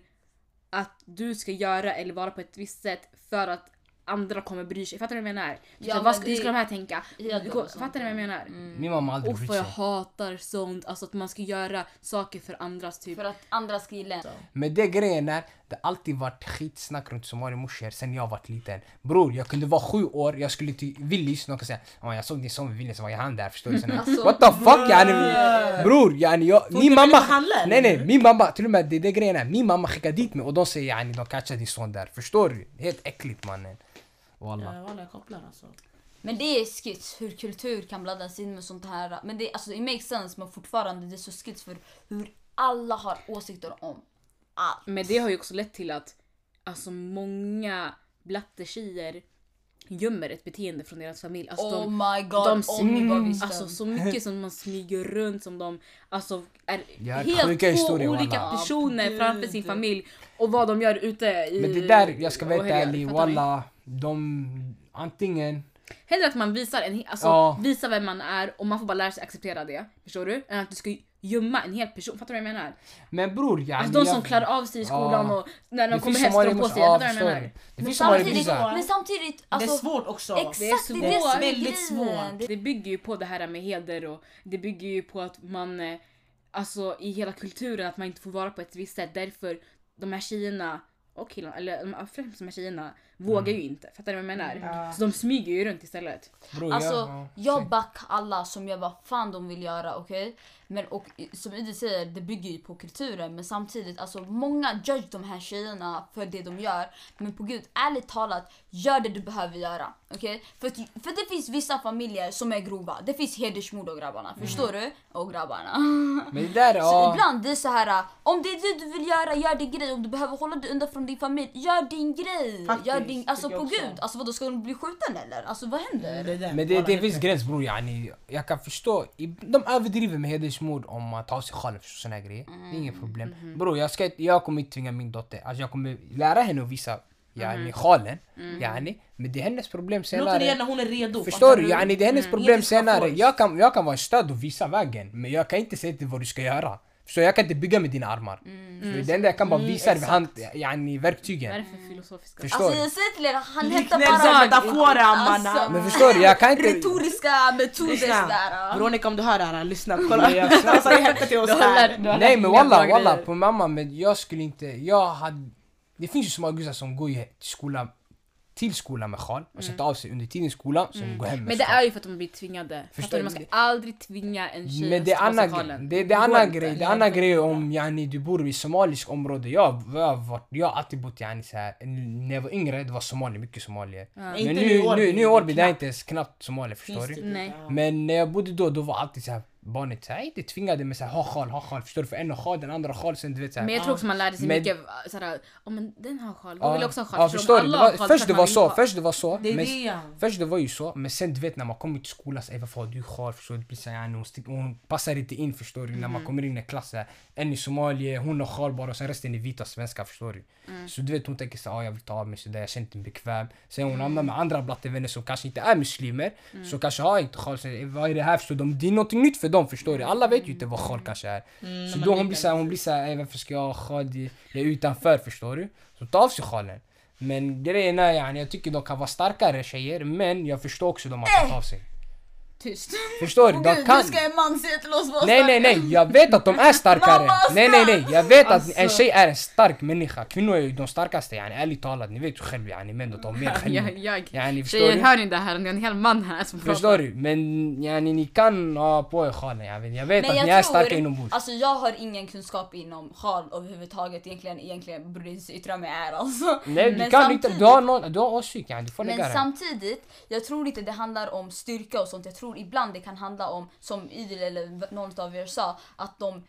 C: att du ska göra eller vara på ett visst sätt för att andra kommer bry sig. Fattar du vad jag menar?
B: Ja,
C: så,
B: men
C: vad ska,
B: det-
C: Hur ska de här tänka?
B: Ja,
C: Du
B: de
C: går-
B: och sånt,
C: fattar du vad jag
B: ja.
C: menar?
A: Min mamma har aldrig
C: Uff
A: brytt
C: vad jag
A: sig.
C: hatar sånt, alltså att man ska göra saker för andras typ.
B: för att andra ska gilla en.
A: Men det grejen är, det har alltid varit skitsnack runt somaliemorsor sen jag varit liten. Bror, jag kunde vara sju år, jag skulle till Willys, någon kan säga "Ja, jag såg din son vid Willys, var är han där? Förstår du? Sen,
B: Alltså,
A: What the fuck yani? Bror, yani jag, min
D: inte
A: mamma...
D: med handlar,
A: Nej nej,
D: eller?
A: min mamma, till och med det är det grejen är. Min mamma skickade dit mig och de säger yani de catchade din son där. Förstår du? Helt äckligt mannen. Wallah.
D: Ja, wallah, jag kopplar alltså.
B: Men det är skits hur kultur kan blandas in med sånt här. Men det, alltså, det makes sense men fortfarande det är så skits för hur alla har åsikter om allt.
C: Men det har ju också lett till att alltså många blattetjejer gömmer ett beteende från deras familj. Alltså
B: oh
C: de,
B: my god,
C: de
B: om ni bara
A: Mm.
B: visste.
C: Alltså så mycket som man smyger runt som de alltså, är
A: Ja,
C: helt
A: sjuka
C: två
A: historier,
C: olika
A: wallah.
C: personer
D: Gud.
C: framför sin familj och vad de gör ute i...
A: Men det där, jag ska vara
C: och
A: helt
C: helger,
A: ärlig,
C: fattar ni?
A: wallah. De, antingen
C: Hellre att man visar, en, he- alltså,
A: Ja.
C: visar vem man är och man får bara lära sig acceptera det. Förstår du? Än att du ska gömma en hel person. Fattar du vad jag menar?
A: Men bror yani...
C: Alltså de som
A: jag-
C: klarar av sig i skolan
A: Ja.
C: och när de
A: Det
C: kommer
A: finns
C: hem står de på
A: somaliemorsor-
C: sig.
A: ja,
C: Fattar du vad
A: förstår
C: jag
A: du?
C: menar?
A: Det finns
B: samtidigt,
A: somaliebror.
B: men samtidigt
D: Det är
B: alltså,
D: svårt också.
B: Exakt,
C: Det är
B: det är det som är
D: Väldigt
B: grejen.
D: svårt.
B: Det-
C: Det bygger ju på det här med heder och det bygger ju på att man, eh, alltså i hela kulturen att man inte får vara på ett visst sätt. Därför de här tjejerna och killarna, eller de- ja, främst de här tjejerna
A: Mm.
C: vågar ju inte. Fattar ni vad jag menar?
E: Ja.
C: Så de smyger ju runt istället.
D: Oh,
A: Bror,
B: Alltså
A: ja, ja.
B: jag back alla som gör vad fan de vill göra okej. Men och som Idi säger det bygger ju på kulturen men samtidigt alltså många judge de här tjejerna för det de gör. Men på gud ärligt talat gör det du behöver göra okej. För, att- för det finns vissa familjer som är grova. Det finns hedersmord och grabbarna
D: Mm.
B: förstår du? Och grabbarna.
A: Men det där,
B: Så
A: ja.
B: ibland det är så här om det är det du vill göra gör din grej om du behöver hålla dig undan från din familj gör din grej. gör
D: Faktiskt,
B: din alltså
D: tycker
B: på
D: jag också.
B: gud alltså vadå ska hon bli skjuten eller? Alltså vad händer?
A: Men det, det finns gräns bror yani. Jag kan förstå, i- de överdriver med hedersmord om man tar sig själv och såna här grejer. Det är inget problem. Bror jag, ska, inte- jag kommer inte tvinga min dotter, alltså jag kommer lära henne att visa yani sjalen. Yani. Men det är hennes problem
D: Låt henne
A: senare.
D: gärna, hon är redo.
A: Förstår
D: fattar Mm.
A: du? Yani det är hennes يعني problem
D: Ingenting ska
A: senare.
D: force.
A: Jag kan, jag kan vara ett stöd och visa vägen. Men jag kan inte säga till vad du ska göra. Förstår du? Jag kan inte bygga med dina armar. För det enda jag kan bara visa dig med hand, yani verktygen.
C: Vad är det för filosofiska...
A: Förstår
B: Alltså
A: du?
B: jag säger till er, han hämtar
D: Liknelser,
B: bara
D: metaforer
B: Alltså.
D: mannen.
A: Men förstår du? Jag kan inte...
B: retoriska metoder
D: Lyssna.
B: sådär.
D: Veronica om du hör det här, lyssna. Kolla.
A: Jag svär.
D: Alltså, jag hämtar till oss här.
A: Nej men walla walla på mamma men jag skulle inte, jag hade Det finns ju så många gussar som går i till skolan till skolan med sjal och sen tar av sig under tiden i skolan sen går hem med
C: Mm. Men det
A: sjal.
C: är ju för att de blir tvingade.
A: Förstår
C: Förstår du? Man
A: du?
C: ska aldrig tvinga en tjej
A: men det är
C: att stå på sig
A: annan grej,
C: sjalen.
A: det, det är annan grej, det är annan grej om yani, du bor i somaliskt område. Jag, jag, har varit- jag har alltid bott yani, så här, när jag var yngre det var somalier, mycket somalier. Men
D: Inte
A: nu,
D: nu i
A: nu,
D: Årby,
A: nu i
D: det är
A: Årby det är
D: knappt.
A: inte ens knappt somalier förstår du.
C: Nej.
A: Men när jag bodde då, då var alltid så här, barnet såhär, inte tvingade men såhär ha sjal, ha sjal förstår du? För en har sjal, den andra har sjal sen du vet såhär.
C: Men jag tror också man lärde sig
A: Men-
C: mycket såhär, oh, men den har sjal, hon vill också ha sjal.
A: Ja,
C: Förstår du?
A: förstår du?
C: Alla
A: Det
C: har
A: var,
C: sjal, klart
A: först det
C: man
A: var
C: vill
A: så,
C: ha.
A: först det var så.
D: Det är
A: men,
D: det, ja.
A: Först det var ju så, men sen du vet när man kommer till skolan, så, "Ey, varför har du sjal? Förstår du? Det blir så här, hon, stick, hon passar inte in förstår du? När man
D: Mm.
A: kommer in i klassen, en är somalier, hon har sjal bara och sen resten är vita svenskar förstår du?
D: Mm.
A: Så du vet hon tänker såhär, ah, jag vill ta av mig sådär, jag känner inte mig bekväm. Sen
D: Mm.
A: hon hamnar med andra blattevänner som kanske inte är muslimer, så kanske har inte sjal, så, "Ey, vad är det här förstår du? Det är något nytt för dem förstår du? Alla vet ju inte vad sjal kanske
D: Mm,
A: är. så då hon blir såhär, hon blir såhär, "Ey, varför ska jag ha sjal? Det- Jag är utanför förstår du? Så ta av sig sjalen. Men grejen är yani, jag tycker de kan vara starkare tjejer men jag förstår också de har tagit av sig.
B: Tyst.
A: Förstår du?
B: Åh
A: De
B: gud,
A: kan...
B: nu ska en man säga till oss vad
A: Nej nej nej, jag vet att de är starkare.
B: Mamma,
A: Nej nej nej, jag vet att en
C: Alltså.
A: tjej är en stark människa. Kvinnor är ju de starkaste yani, ärligt talat. Ni vet ju själva yani, män de tar mer själva.
C: Jag, jag.
A: Yani, förstår
C: Tjejer
A: du?
C: hör ni det här? Ni har en hel man här som
A: Förstår du? Men yani, ni kan ha på er sjalen, jag vet, jag vet
B: Men
A: att
B: jag
A: ni är
B: tror-
A: starka inombords.
B: Alltså jag har ingen kunskap inom sjal överhuvudtaget egentligen, egentligen borde jag inte yttra mig här alltså.
A: Nej du
B: Men
A: kan inte,
B: samtidigt-
A: du har, någon, du har åsikt yani, du får lägga
B: Men
A: den.
B: samtidigt, jag tror inte det handlar om styrka och sånt. Jag tror ibland det kan handla om, som Idil eller v- någon av er sa, att de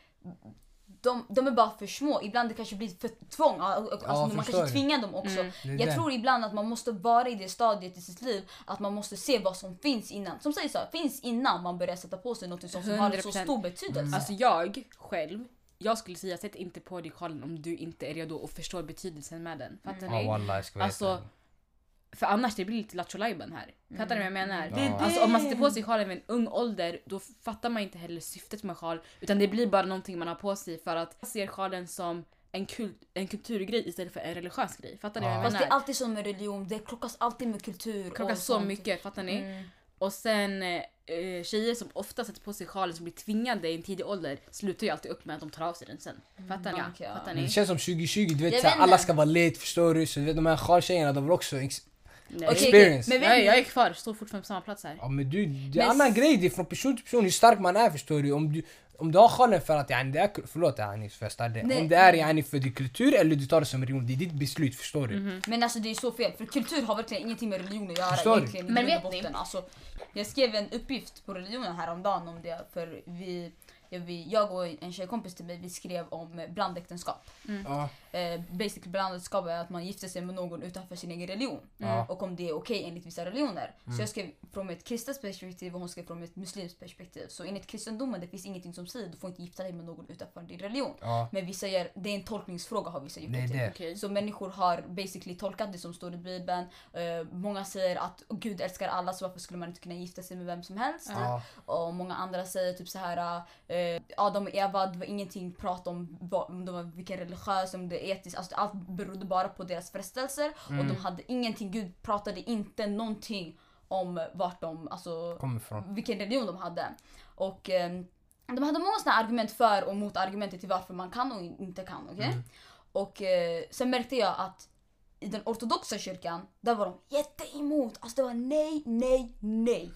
B: de, de är bara för små, ibland det kanske blir för tvång, alltså man
A: förstår
B: kanske
A: det.
B: tvingar dem också.
C: Mm.
A: Det är
B: Jag
A: det.
B: tror ibland att man måste vara i det stadiet i sitt liv att man måste se vad som finns innan. Som säger så, finns innan man börjar sätta på sig något som, som har en så
C: 100%.
B: stor betydelse.
A: Mm.
C: Alltså jag själv, jag skulle säga sätt inte på dig sjalen om du inte är redo och förstår betydelsen med den. Fattar
A: Mm. Ja
C: ni?
A: wallah jag ska vara
C: Alltså, för annars det blir lite lattjo lajban här. Fattar
A: Mm.
C: ni vad jag menar?
A: Det är
C: Alltså om man sätter på sig sjalen vid en ung ålder då fattar man inte heller syftet med sjal utan det blir bara någonting man har på sig för att man ser sjalen som en, kul- en kulturgrej istället för en religiös grej. Fattar ni
A: Ja.
C: vad jag
B: Fast det är
C: menar?
B: alltid som med religion, det krockas alltid med kultur.
C: Det klockar
B: och
C: så
B: sånt.
C: mycket, fattar ni?
B: Mm.
C: Och sen eh, tjejer som ofta sätter på sig sjalen som blir tvingade i en tidig ålder slutar ju alltid upp med att de tar av sig den sen. Fattar ni?
B: Mm, okej, ja.
C: Fattar
A: Men
C: ni?
A: det känns som 2020, du vet
B: Jag
A: såhär,
B: vet
A: alla
B: inte.
A: ska vara lit förstår du, så du vet de här schaltjejerna de vill också ex-
C: Nej.
B: Okej,
A: Experience.
B: okej, men
C: Jag,
B: vet
C: är-
B: ni-
C: jag är kvar, står fortfarande på samma plats här.
A: Ja men du, det är
B: Men
A: annan
B: s-
A: grej, det är från person till person hur stark man är förstår du. Om du, om du har sjalen för att yani, det är, förlåt yani för jag stör dig.
B: Nej.
A: Om det är yani för din kultur eller du tar det som religion, det är ditt beslut förstår du.
B: Men alltså det är så fel, för kultur har verkligen ingenting med religion att göra
A: Förstår du?
B: egentligen i
C: Men
B: grund och
C: vet ni?
B: botten. Alltså, jag skrev en uppgift på religionen häromdagen om det för vi, ja, vi, jag och en tjejkompis till mig vi skrev om blandäktenskap.
A: Ja.
B: Eh, basically blandäktenskap är att man gifter sig med någon utanför sin egen religion
A: Ja. Mm.
B: och om det är okej enligt vissa religioner. Så jag skrev från ett kristet perspektiv och hon skrev från ett muslimskt perspektiv. Så enligt kristendomen det finns ingenting som säger att du får inte gifta dig med någon utanför din religion.
A: ja.
B: Men vissa gör, det är en tolkningsfråga har vissa gjort
A: Det är
B: till.
A: det.
C: Okej.
B: Så människor har basically tolkat det som står i bibeln. Eh, många säger att Gud älskar alla så varför skulle man inte kunna gifta sig med vem som helst?
A: Ja.
B: Och många andra säger typ så här eh, Adam och Eva, det var ingenting prat om, vad- om de var, vilken religiös, om det är etiskt. Alltså, allt berodde bara på deras frestelser och de hade ingenting, Gud pratade inte någonting om vart de, alltså
A: Kommer ifrån.
B: vilken religion de hade. Och ehm, de hade många såna här argument för och
A: Mm.
B: mot argumentet till varför man kan och in- inte kan. okej? Och eh, sen märkte jag att i den ortodoxa kyrkan, där var de jätteemot. Alltså det var nej, nej, nej.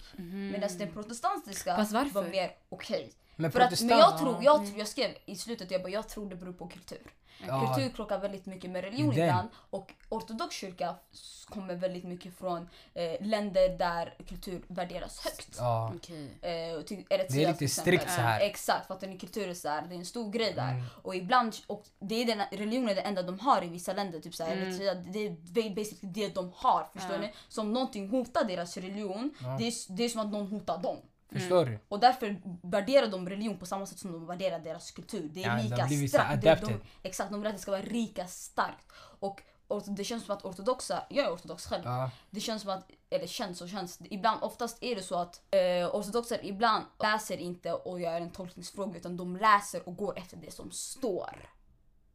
B: Medan den protestantiska
C: Mhm. Fast varför?
B: var mer okej.
A: Men
B: För att, men jag
A: protestant-
B: tror, jag, tror- jag skrev i slutet, jag bara, jag tror det beror på kultur.
A: Ja.
B: Kultur krockar väldigt mycket med religion
A: Den.
B: ibland och ortodox kyrka s- kommer väldigt mycket från eh, länder där kultur värderas högt.
A: Ja.
C: Okej.
B: Eh, till
A: Det är
B: Eritrea, till
A: lite
B: exempel.
A: strikt så här. Mm.
B: Exakt, för att den är kulturen så här, det är en stor grej där. Och ibland, och det är den religionen är det enda de har i vissa länder, typ såhär Eritrea, det är basically det de har, förstår ni? Så om någonting hotar deras religion, det, är, det är som att någon hotar dem.
A: Förstår du?
B: Och därför värderar de religion på samma sätt som de värderar deras kultur. Det är
A: Ja, de har
B: lika
A: blivit så
B: starkt. Det- De,
A: adapted.
B: exakt, de vill att det ska vara lika starkt. Och, och det känns som att ortodoxa, jag är ortodox själv,
A: Ja.
B: det känns som att, eller känns och känns, ibland, oftast är det så att eh, ortodoxer ibland läser inte och gör en tolkningsfråga utan de läser och går efter det som står.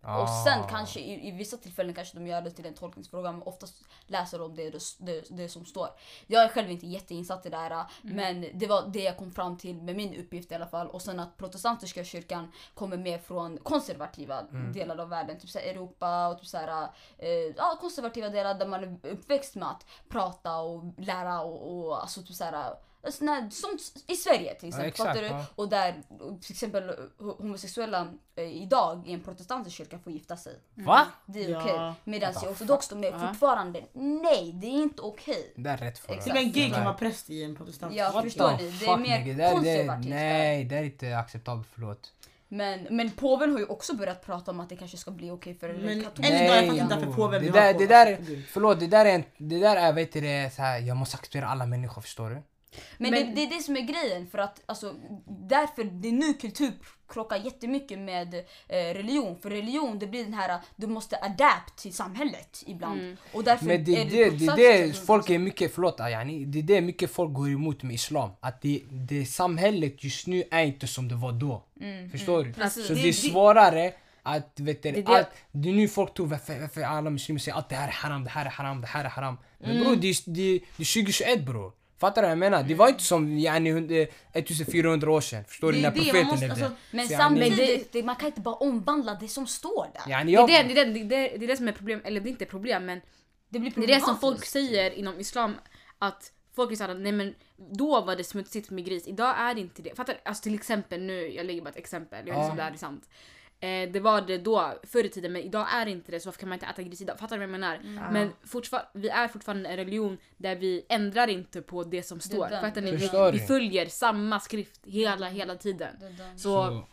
A: Ah.
B: Och sen kanske i, i vissa tillfällen kanske de gör det till en tolkningsfråga men oftast läser de det, det, det som står. Jag är själv inte jätteinsatt i det här men det var det jag kom fram till med min uppgift i alla fall. Och sen att protestantiska kyrkan kommer mer från konservativa
A: Mm.
B: delar av världen. Typ så här Europa och typ så här, eh, ja, konservativa delar där man är uppväxt med att prata och lära och, och alltså typ så här, alltså, när, som i Sverige till exempel.
A: exakt,
B: fattar du?
A: ja.
B: Och där och till exempel ho- homosexuella eh, idag i en protestantisk kyrka får gifta sig.
A: Va?
B: Det är
D: Ja.
B: okej. Medan i ortodox de är fortfarande nej, det är inte okej.
A: Det där är rätt för
B: Exakt.
D: Till och med en gay kan vara präst i en protestantisk
B: Ja,
D: kyrka.
B: förstår ni? Det är
A: fuck,
B: mer
A: nigga. Det är- det är-
B: konservativt.
A: Nej, det är inte acceptabelt. Förlåt.
B: Men, men påven har ju också börjat prata om att det kanske ska bli okej för
D: Men
B: katoliker.
D: en dag, jag fattar inte varför
A: jo.
D: påven
A: det
D: vill
A: där,
D: ha
A: det
D: påven.
A: där, är- Förlåt, det där är, en, det där är vet du, det, så här, jag måste acceptera alla människor, förstår du?
B: Men,
C: Men-
B: det, det är det som är grejen för att alltså, därför det är nu kultur krockar jättemycket med eh, religion. För religion det blir den här, du måste adapt till samhället ibland.
C: Mm.
B: Och därför
A: Men det är det, det, är det
B: typ.
A: folk är mycket, förlåt yani, det är det mycket folk går emot med islam. Att det, det samhället just nu är inte som det var då. Förstår du?
B: precis.
A: Så
D: Det-
A: det,
D: det-
A: är svårare att, vet du,
C: Det är det-
A: allt, det är nu folk tror varför, varför alla muslimer säger att det här är haram, det här är haram, det här är haram. Men bror, det, är- det, är- det är 2021 bror. Fattar du vad jag menar? Det var inte som yani, hund- eh, 1400 år sedan. Förstår du?
D: Det
A: När
D: är det, man
A: profeten
D: måste-
A: levde.
D: alltså,
B: Men
A: Så
B: samtidigt,
A: yani-
B: det, man kan inte bara omvandla det som står där.
A: yani,
C: Det är
A: jag-
C: det, det, är det, det, är det som är problem, eller det är inte problem men
B: Det blir
C: det är det som folk säger inom islam att folk är såhär nej men då var det smutsigt med gris, idag är det inte det. Fattar du? Alltså till exempel nu, jag lägger bara ett exempel, jag vet inte om det här är sant. Eh, det var det då, förr i tiden men idag är det inte det så varför kan man inte äta gris idag? Fattar du vad jag menar? Men fortfar- vi är fortfarande en religion där vi ändrar inte på det som står.
B: den-
C: Fattar ni? Vi,
A: Förstår
C: vi
A: du?
C: följer samma skrift hela, hela tiden. Så,
A: Så,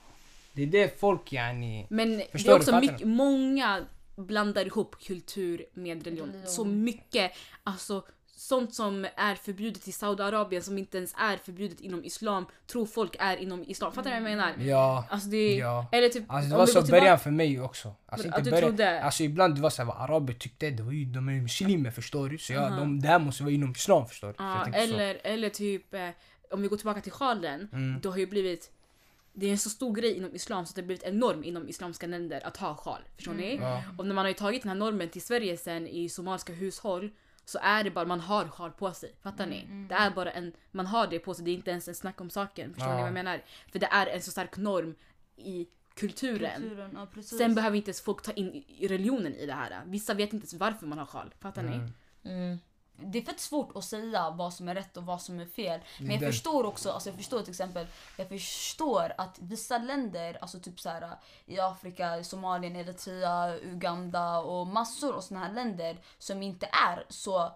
A: det är det folk yani...
C: men
A: Förstår
C: det är
A: du?
C: också
A: Fattar
C: mycket, många blandar ihop kultur med religion.
B: Religion.
C: Så mycket, alltså sånt som är förbjudet i Saudiarabien som inte ens är förbjudet inom islam tror folk är inom islam. Fattar du vad jag menar?
A: Ja.
C: Alltså det är,
A: Ja.
C: eller typ,
A: Alltså det
C: om
A: var
C: vi
A: så
C: går
A: i
C: tillbaka-
A: början för mig också. Alltså,
C: Men
A: inte
C: att du
A: början,
C: trodde-
A: alltså ibland det var så här, vad araber tyckte, det var ju, de är ju muslimer förstår du. Så jag, de, det här måste vara inom islam förstår du. Så jag
C: Ja,
A: tänkte så.
C: Ah, eller, eller typ, eh, om vi går tillbaka till sjalen,
A: Mm.
C: det har ju blivit det är en så stor grej inom islam så det har blivit en norm inom islamska länder att ha sjal. Förstår
A: Mm.
C: ni? Och när man har ju tagit den här normen till Sverige sen i somaliska hushåll så är det bara man har sjal på sig. Fattar ni? Det är bara en, man har det på sig, det är inte ens en snack om saken. Förstår ni vad jag menar? För det är en så stark norm i kulturen.
B: Ja, precis.
C: Sen behöver inte ens folk ta in i- i religionen i det här. Vissa vet inte ens varför man har sjal. Fattar
A: Mm.
C: ni?
B: det är fett svårt att säga vad som är rätt och vad som är fel. Men jag
A: Det-
B: förstår också, alltså jag förstår till exempel, jag förstår att vissa länder, alltså typ så här i Afrika, Somalien, Eritrea, Uganda och massor och såna här länder som inte är så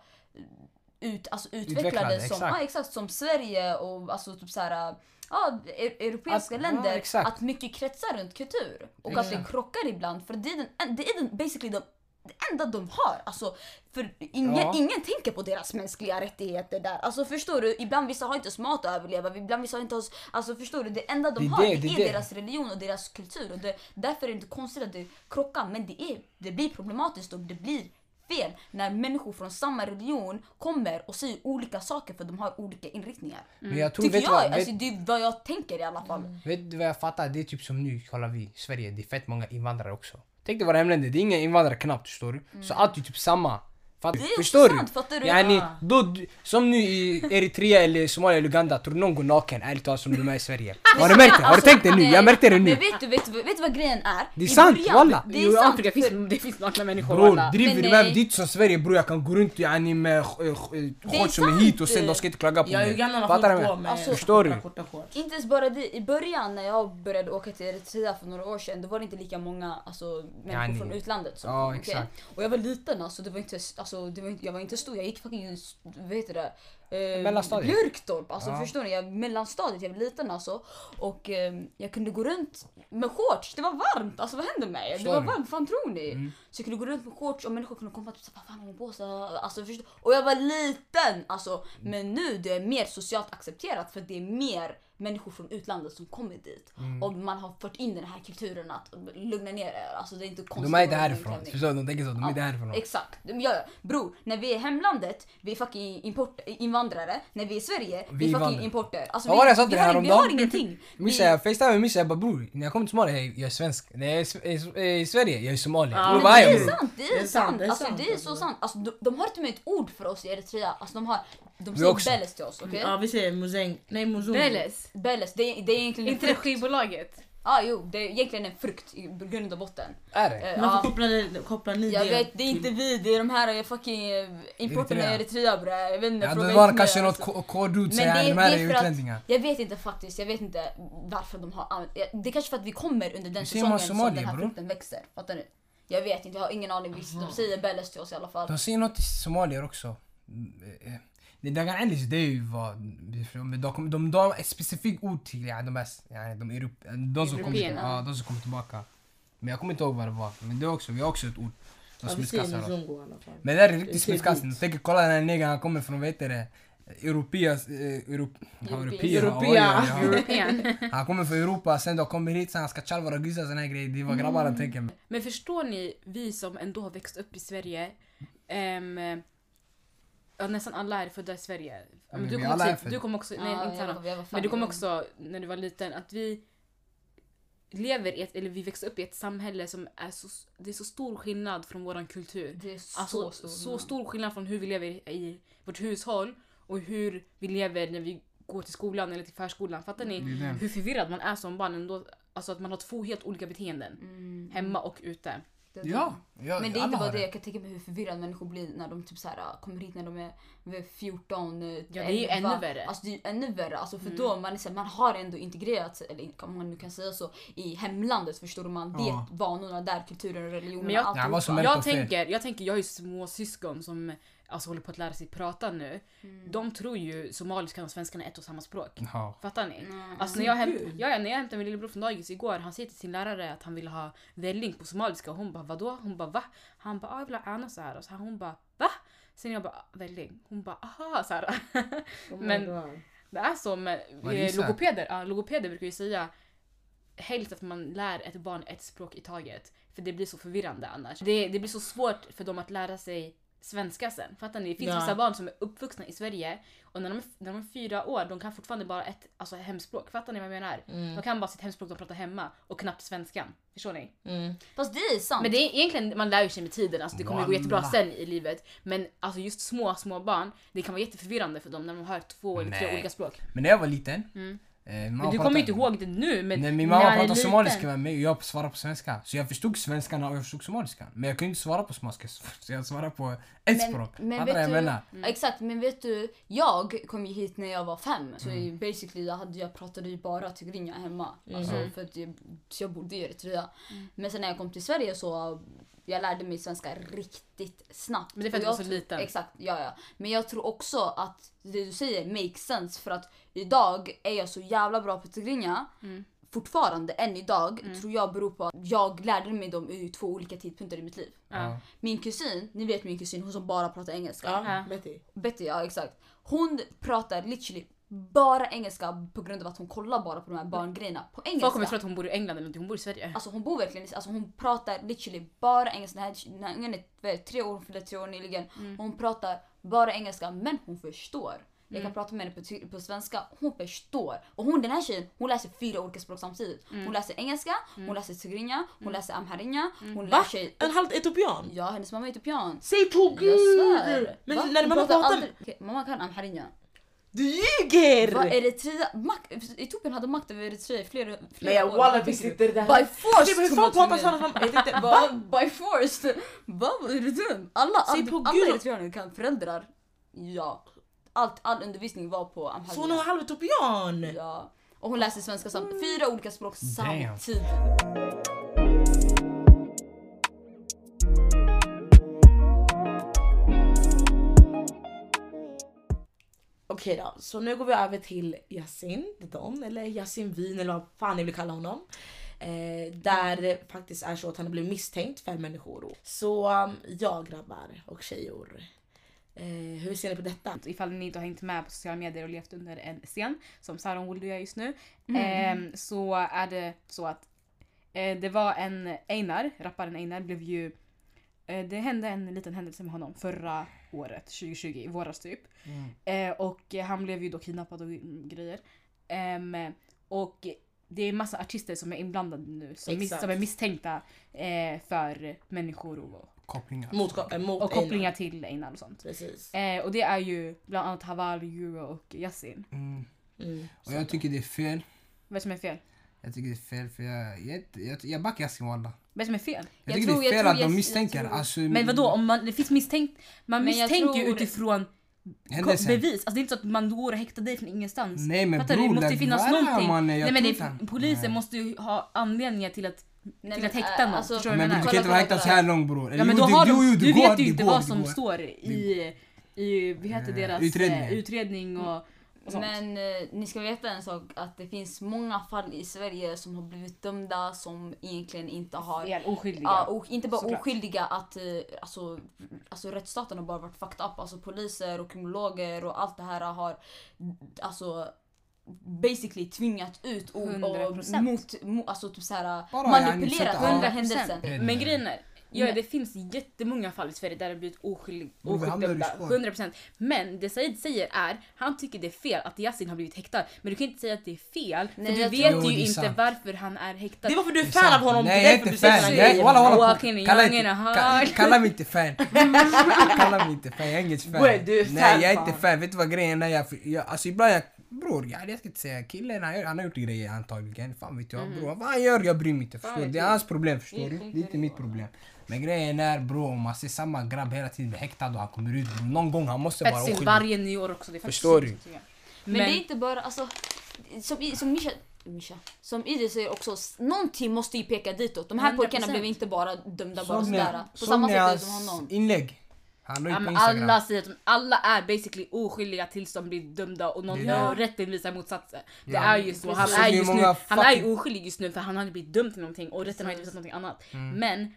B: ut, alltså utvecklade,
A: Utvecklade,
B: som,
A: exakt.
B: Ja, exakt, som Sverige och alltså typ så här, ja, e- europeiska
A: Att- ja,
B: länder.
A: exakt.
B: att mycket kretsar runt kultur och att det
A: Exakt.
B: krockar ibland för det är, den, det är den, basically de, det enda de har. Alltså, för ingen,
A: Ja.
B: ingen tänker på deras mänskliga rättigheter där. Alltså förstår du? Ibland vissa har inte ens mat att överleva, ibland vissa har inte ens... Alltså förstår du? Det enda de
A: Det är
B: har
A: det,
B: det,
A: det är
B: är
A: det.
B: deras religion och deras kultur. Och det, därför är det inte konstigt att det krockar men det, är, det blir problematiskt och det blir fel när människor från samma religion kommer och säger olika saker för de har olika inriktningar.
A: Men
C: mm.
A: jag tror,
B: Tycker
A: vet,
B: jag,
A: du vad,
B: alltså
A: vet,
B: det är vad jag tänker i alla fall.
A: vet du vad jag fattar? Det är typ som nu, kollar vi,
C: Mm.
A: Sverige, det är fett många invandrare också. Tänk dig våra hemländer, det är inga invandrare knappt förstår du. Så allt är typ samma. Fatt,
B: Det är
A: förstår du?
B: sant, fattar du? Ah.
A: Yani,
B: Ja.
A: då, som nu i Eritrea eller Somalia eller Uganda, tror du någon går naken ärligt talat som de är i Sverige? Har du märkt det? Har du
B: Alltså,
A: tänkt det nu?
B: nej.
A: Jag märkte det nu.
B: Men vet du, vet, du- vet du vad grejen är?
A: Det är
B: I
A: sant,
B: början-
A: walla.
B: Det
C: Jo,
B: är
C: i
B: sant.
C: Afrika
B: för-
C: finns det finns nakna människor
A: Bror,
C: walla.
A: driver
B: Men
A: du med mig?
B: nej.
A: Det är inte som Sverige bror, jag kan gå runt yani med sh- eh, sh- eh,
B: Det är
A: shorts som är
B: sant.
A: hit och sen de ska inte klaga på
D: Ja,
A: mig.
D: Uganda har
A: Fattar du
D: hållit på
A: mig?
D: med
B: Alltså,
A: Förstår du?
D: korta, korta shorts.
B: Inte ens bara det, i början när jag började åka till Eritrea för några år sedan då var det inte lika många alltså, människor
A: Ja, ni-
B: från utlandet som
A: Ja,
B: kom. okej?
A: exakt.
B: Och jag var liten alltså, det var inte, alltså det var inte, jag var inte stor, jag gick fucking, vad heter det? Eh,
A: Mellanstadiet.
B: Björktorp, alltså
A: Ja.
B: förstår ni? Jag, mellanstadiet, jag var liten alltså. Och eh, jag kunde gå runt med shorts, det var varmt, alltså vad hände med mig? Det
A: Förstår
B: var
A: ni?
B: varmt, vad fan tror ni?
A: Mm.
B: Så jag kunde gå runt med shorts och människor kunde komma och typ vad fan har hon på sig? Alltså, förstår- och jag var liten alltså.
A: Mm.
B: Men nu det är mer socialt accepterat för det är mer människor från utlandet som kommer dit.
A: Mm.
B: Och man har fört in den här kulturen att lugna ner er. Alltså det är inte konstigt.
A: De är
B: att
A: inte
B: vara
A: härifrån,
B: utlänning.
A: förstår du? De tänker så, de är inte
B: Ja,
A: härifrån.
B: Exakt. Ja, ja. Bror, när vi är hemlandet, vi är fucking import, invandrare. När vi är i Sverige, vi, är fucking
A: invandrare.
B: importer. Alltså,
A: Vad var det jag sa till
B: vi,
A: dig
B: har, vi
A: häromdagen?
B: har ingenting. Vi,
A: Missa, jag facetimade med Missa, jag bara bror, när jag kommer till Somalia, jag jag är svensk. När jag är i S- i S- i Sverige, jag är somalier.
D: Ja,
A: Bror,
B: men
A: vad är
B: det
A: jag
B: är
A: bror?
B: sant, det är, sant. Det är, alltså,
D: sant,
B: det är
D: alltså.
B: så sant. Alltså, de, de har till och med ett ord för oss i Eritrea. Alltså, de, har, de
A: också.
B: säger Beles till oss. okej?
D: Ja vi säger muzeng, nej muzung.
C: Beles.
B: Beles, det, är- det är egentligen en
C: Inte det
B: frukt.
C: skivbolaget?
B: Ah, jo, det är egentligen en frukt i grund och botten.
A: Är det?
B: Eh,
D: Varför
B: ja.
D: kopplar ni, kopplar ni
B: Jag
D: det?
B: vet, det är inte vi, det är de här eh, fucking eh, importerna i
A: Eritrea.
B: Eritrea bre. Jag vet inte,
A: Ja,
B: fråga
A: det
B: inte
A: var
B: mig,
A: kanske något
B: alltså.
A: k- kodord,
B: Men det,
A: säger de
B: är-
A: här
B: det
A: är
B: är för
A: utlänningar.
B: att, jag vet inte faktiskt, jag vet inte varför de har använt Det är kanske för att vi kommer under den
A: Hur säger man
B: säsongen som
A: Somalia,
B: den här
A: bror?
B: frukten växer. Fattar ni? Jag vet inte, jag har ingen aning. Visst, de säger Beles till oss i alla fall.
A: De säger något till somalier också. Mm, eh, eh. Det där kan det är ju vad... men De, kom- de, de har ett specifikt ord till ja, de, här, ja, de, Europ, de, som kom,
C: Européerna.
A: ja, de som kom tillbaka. Men jag kommer inte ihåg vad det var. Men det är också, vi har också ett ord. De
D: Ja, vi säger
A: smutskastar oss.
D: muzungo i alla fall.
A: Men det här är
D: Det
A: riktigt
D: ser
A: smutskastning. Tänk kolla den här negern, han kommer från vad heter det? Europeas, eh, Europ, Europea.
D: Europea.
A: Oj, oj, oj. Han kommer från Europa, sen då kommer hit, sen han ska tjalva och gissa såna här grejer. Det är vad grabbarna tänker.
D: Mm.
C: Men förstår ni, vi som ändå har växt upp i Sverige. ehm, ja, nästan alla är födda i Sverige. Ja,
A: Men
C: men du
A: Mm, vi
C: kommer
A: alla är
C: också,
A: födda.
C: du kom också nej,
B: Ja,
C: inte
B: jag
C: alla.
B: var- jag var fan
C: men du kom
B: ung.
C: också när du var liten att vi lever i ett, eller vi växte upp i ett samhälle som är så, det är så stor skillnad från våran kultur.
B: Det är så
C: Alltså
B: stor
C: så
B: skillnad.
C: stor skillnad från hur vi lever i- i vårt hushåll och hur vi lever när vi går till skolan eller till förskolan. Fattar ni
A: Det är det.
C: hur förvirrad man är som barn? Ändå, alltså att man har två helt olika beteenden.
B: Mm.
C: Hemma och ute.
B: Det-
A: Ja, ja
B: Men det är
A: alla
B: inte
A: har
B: bara det, jag kan tänka mig hur förvirrade människor blir när de typ så här, äh, kommer hit när de är är 14, äh,
C: Ja, det är ju
B: 11.
C: ännu värre. Mm.
B: Alltså det är ju ännu värre, alltså, för då man, är så här, man har ändå integrerat sig, eller om man nu kan säga så, i hemlandet förstår du, man vet
A: Ja.
B: vanorna där, kulturen, religionen,
C: Men jag-
A: Ja, vad som
B: alltihopa.
A: helst.
C: Jag
A: och fel.
C: tänker, jag tänker, jag har ju småsyskon som alltså, håller på att lära sig prata nu.
B: Mm.
C: De tror ju somaliskan och svenskan är ett och samma språk.
A: Ja.
C: Fattar ni? Alltså när jag, häm- ja, ja, när jag hämtade min lillebror från dagis igår, han säger till sin lärare att han vill ha välling på somaliska och hon bara vadå? Hon bara va? Han bara ah, jag vill ha ana så här och så här. hon bara va? Sen jag bara välling. Hon bara aha så här.
B: Oh
C: men det är så med
A: Vad är det
C: eh,
A: så här?
C: logopeder. Ja, logopeder brukar ju säga helst att man lär ett barn ett språk i taget. För det blir så förvirrande annars. Det, det blir så svårt för dem att lära sig svenska sen. Fattar ni? Det finns
D: Ja.
C: vissa barn som är uppvuxna i Sverige och när de, när de är fyra år de kan fortfarande bara ett alltså, hemspråk. Fattar ni vad jag menar?
A: Mm.
C: De kan bara sitt hemspråk de pratar hemma och knappt svenskan. Förstår ni?
D: Mm.
B: Fast det är sant.
C: Men det är egentligen, man lär ju sig med tiden, alltså det kommer ju gå jättebra
A: Wallah.
C: sen i livet. Men alltså just små, små barn, det kan vara jätteförvirrande för dem när de hör två eller tre
A: Nej.
C: olika språk.
A: Men när jag var liten...
B: Mm.
A: eh, mamma
C: Men du
A: pratade-
C: kommer inte ihåg det nu men
A: Nej, min
C: när
A: mamma
C: han är
A: pratade
C: liten-
A: somaliska med mig och jag svarade på svenska. Så jag förstod svenskan och jag förstod somaliskan. Men jag kunde inte svara på somaliska så jag svarade på ett språk. Fattar du vad jag
B: du,
A: menar?
C: Mm.
B: Exakt, men vet du, jag kom ju hit när jag var fem. Så
A: Mm.
B: basically jag, hade, jag pratade ju bara tigrinja hemma.
C: Mm.
B: Alltså, för att jag, så jag bodde i Eritrea. Men sen när jag kom till Sverige så jag lärde mig svenska riktigt snabbt.
C: Men det är för att
B: Och jag
C: du var så
B: tror-
C: liten.
B: Exakt, ja ja. Men jag tror också att det du säger makes sense för att idag är jag så jävla bra på tigrinja
C: Mm.
B: fortfarande än idag tror jag beror på att jag lärde mig dem i två olika tidpunkter i mitt liv.
C: Ja.
B: Min kusin, ni vet min kusin, hon som bara pratar engelska.
D: Ja,
C: Ja.
D: Betty.
B: Betty, ja exakt. Hon pratar literally bara engelska på grund av att hon kollar bara på de här barngrejerna på
C: Mm. Folk kommer
B: engelska.
C: tro att hon bor i England eller någonting, hon bor i Sverige.
B: Alltså hon bor verkligen i- alltså hon pratar literally bara engelska. Den här, den
C: Mm.
B: här ungen är vad är det, tre år, hon fyllde tre år nyligen. Hon pratar bara engelska men hon förstår. Jag
C: Mm.
B: kan prata med henne på, ty- på svenska. Hon förstår. Och hon, den här tjejen, hon läser fyra olika språk samtidigt.
C: Mm.
B: Hon läser engelska, hon läser tigrinja, hon läser amharinya.
C: Mm.
B: Hon lär
D: Va?
B: sig...
D: En halv etiopian?
B: Ja, hennes mamma är typ etiopian.
D: Säg på
B: Jag svär.
D: gud! Men
B: Va?
D: när
B: Hon
D: mamma pratar,
B: aldrig- Okej, mamma kan amharinya.
D: du ljuger!
B: Vad Eritrea? Mak- Etiopien hade makt över Eritrea i flera, flera
D: Nej jag
B: år.
D: walla visst inte det där.
B: By force!
D: Nej, men Alltså, hur fan
B: Thomas
D: pratar
B: Lemel.
D: sådana Jag tänkte,
B: Va?
D: va?
B: By force? Va? Är du dum? Alla,
D: Säg på
B: alla, alla
D: Gud.
B: eritreaner kan föräldrar. Ja. Allt, all undervisning var på
D: Så hon är
B: amhariya.
D: halv etiopian?
B: Ja. Och hon läser svenska samt fyra olika språk
A: Damn.
B: samtidigt.
D: Okej då, så nu går vi över till Yasin Dedon, eller Yasin Wien eller vad fan ni vill kalla honom. Eh, där det faktiskt är så att han blev misstänkt för människorov. Så um, ja grabbar och tjejor. Eh, hur ser ni på detta?
C: Alltså, Ifall ni inte har hängt med på sociala medier och levt under en sten, som Saron Wold gör just nu, eh, så är det så att eh, det var en Einar, rapparen Einar, blev ju... Eh, det hände en liten händelse med honom förra året, 2020, i våras typ.
A: Mm,
C: Eh, och eh, han blev ju då kidnappad och mm, grejer. Ehm, och det är massa artister som är inblandade nu, som, mis-
D: Exakt.
C: som är misstänkta eh, för människorov och,
A: Kopplingar.
D: Mot, ko- eh, mot
C: och
D: Einar.
C: kopplingar till Einar och sånt.
D: Precis.
C: Eh, och det är ju bland annat Haval, Euro och Yasin.
A: Mm.
D: Mm.
A: Och jag tycker det är fel.
C: Vad är det som är fel?
A: Jag tycker det är fel för jag, jag, jag, jag backar Yasin walla.
C: Vad är det som är fel?
A: Jag,
B: Jag
A: tycker
B: tror-
A: det är
B: jag
A: fel
B: tror
A: att de
B: Yasin-
A: misstänker.
B: jag tror-
A: Alltså,
C: Men vadå, om man, det finns misstänkt, man
B: Men jag
C: misstänker ju
B: tror-
C: utifrån
A: händelsen.
C: bevis. Alltså det är inte så att man går och häktar dig från ingenstans.
A: Nej, men
C: Fattar du?
A: bror,
C: Det måste
A: det
C: ju finnas
A: där,
C: någonting.
A: mannen, jag
C: Nej men
A: tror
C: det,
A: inte-
C: polisen
A: Nej.
C: måste ju ha anledningar till att,
B: Nej,
C: till
B: men,
C: att häkta
B: äh,
C: någon.
B: alltså-
C: Förstår du vad
A: Men
C: jag
A: bror, du
C: menar?
A: kan inte vara häktad så här långt bror.
C: Ja,
A: Eller
C: men då
A: jo,
C: har
A: det- jo,
C: de,
A: jo,
C: du
A: går,
C: vet ju
A: det
C: inte
A: går,
C: vad
A: det
C: som
A: går.
C: står i, i vad heter
A: Eh,
C: deras
A: utredning.
C: utredning, utredning och, och sånt.
B: Men eh, ni ska veta en sak att det finns många fall i Sverige som har blivit dömda som egentligen inte har
C: Är oskyldiga.
B: Ja, och inte bara
C: Såklart.
B: oskyldiga att eh, alltså, alltså rättsstaten har bara varit fucked up. Alltså poliser och kriminologer och allt det här har alltså basically tvingat ut och, och
C: 100%.
B: mot, mot alltså typ så här
A: Bara
B: manipulerat
A: gärningssätt, ja.
B: själva händelsen.
A: Nej, nej.
C: Men grejen är, ja,
B: Nej.
C: det finns jättemånga fall i Sverige där det blivit oskyldig,
A: Bro, vi hamnar i
C: oskyldiga.
A: spår.
C: 100%. Men det Said säger är, han tycker det är fel att Yasin har blivit häktad. Men du kan inte säga att det är fel,
B: Nej,
C: för du
B: jag
C: vet
A: tror- Jo,
C: ju
A: det är
C: inte
A: sant.
C: varför han är häktad.
D: Det är varför du är
A: Det är
D: fan av
A: sant.
D: honom,
A: Nej
D: det
A: jag
D: är
A: är
D: därför
A: inte
D: du säger
A: fan.
D: såna
A: Jag är,
D: grejer.
A: walla, walla,
C: Walking in
A: kalla,
C: young
A: inte-
C: and
A: ka-
C: hard.
A: kalla mig inte fan. kalla mig inte fan, jag är inget fan.
D: Boy, du är fan,
A: Nej jag är inte
D: fan.
A: fan, vet du vad grejen är? Jag, jag, alltså ibland jag, bror jag, jag ska inte säga killen, han, gör- han har gjort grejer antagligen. Fan vet jag bror,
C: Mm.
A: vad han gör jag bryr mig inte. Förstår du? Det är hans problem förstår du? Det är inte mitt problem. Men grejen är bror, om man ser samma grabb hela tiden bli häktad och han kommer ut, bror, någon gång han måste
C: Fett
A: vara
C: synd,
A: oskyldig.
C: varje nyår också. Det är faktiskt
A: Förstår
C: synd,
A: du?
C: tycker jag.
B: Men, det är inte bara alltså som, I- som Misha Misha. Som Idi säger också, s- någonting måste ju peka ditåt. De här pojkarna
C: 100%.
B: blev inte bara dömda bara
A: Såg ni,
B: sådär. På
A: såg
B: samma
A: ni
B: sätt som
A: hans
B: honom.
A: inlägg? Han la
C: Ja,
A: ut på
C: men
A: Instagram.
C: alla säger att de, alla är basically oskyldiga tills de blir dömda och någon
A: Ja.
C: och rätten visar motsatsen. Det
A: Ja.
C: är ju så. Han
A: Precis.
C: är,
A: Det är
C: just nu,
A: många
C: han är ju
A: fucking-
C: oskyldig just nu för han har inte blivit dömd till någonting och rätten har inte visat någonting annat.
A: Mm.
C: Men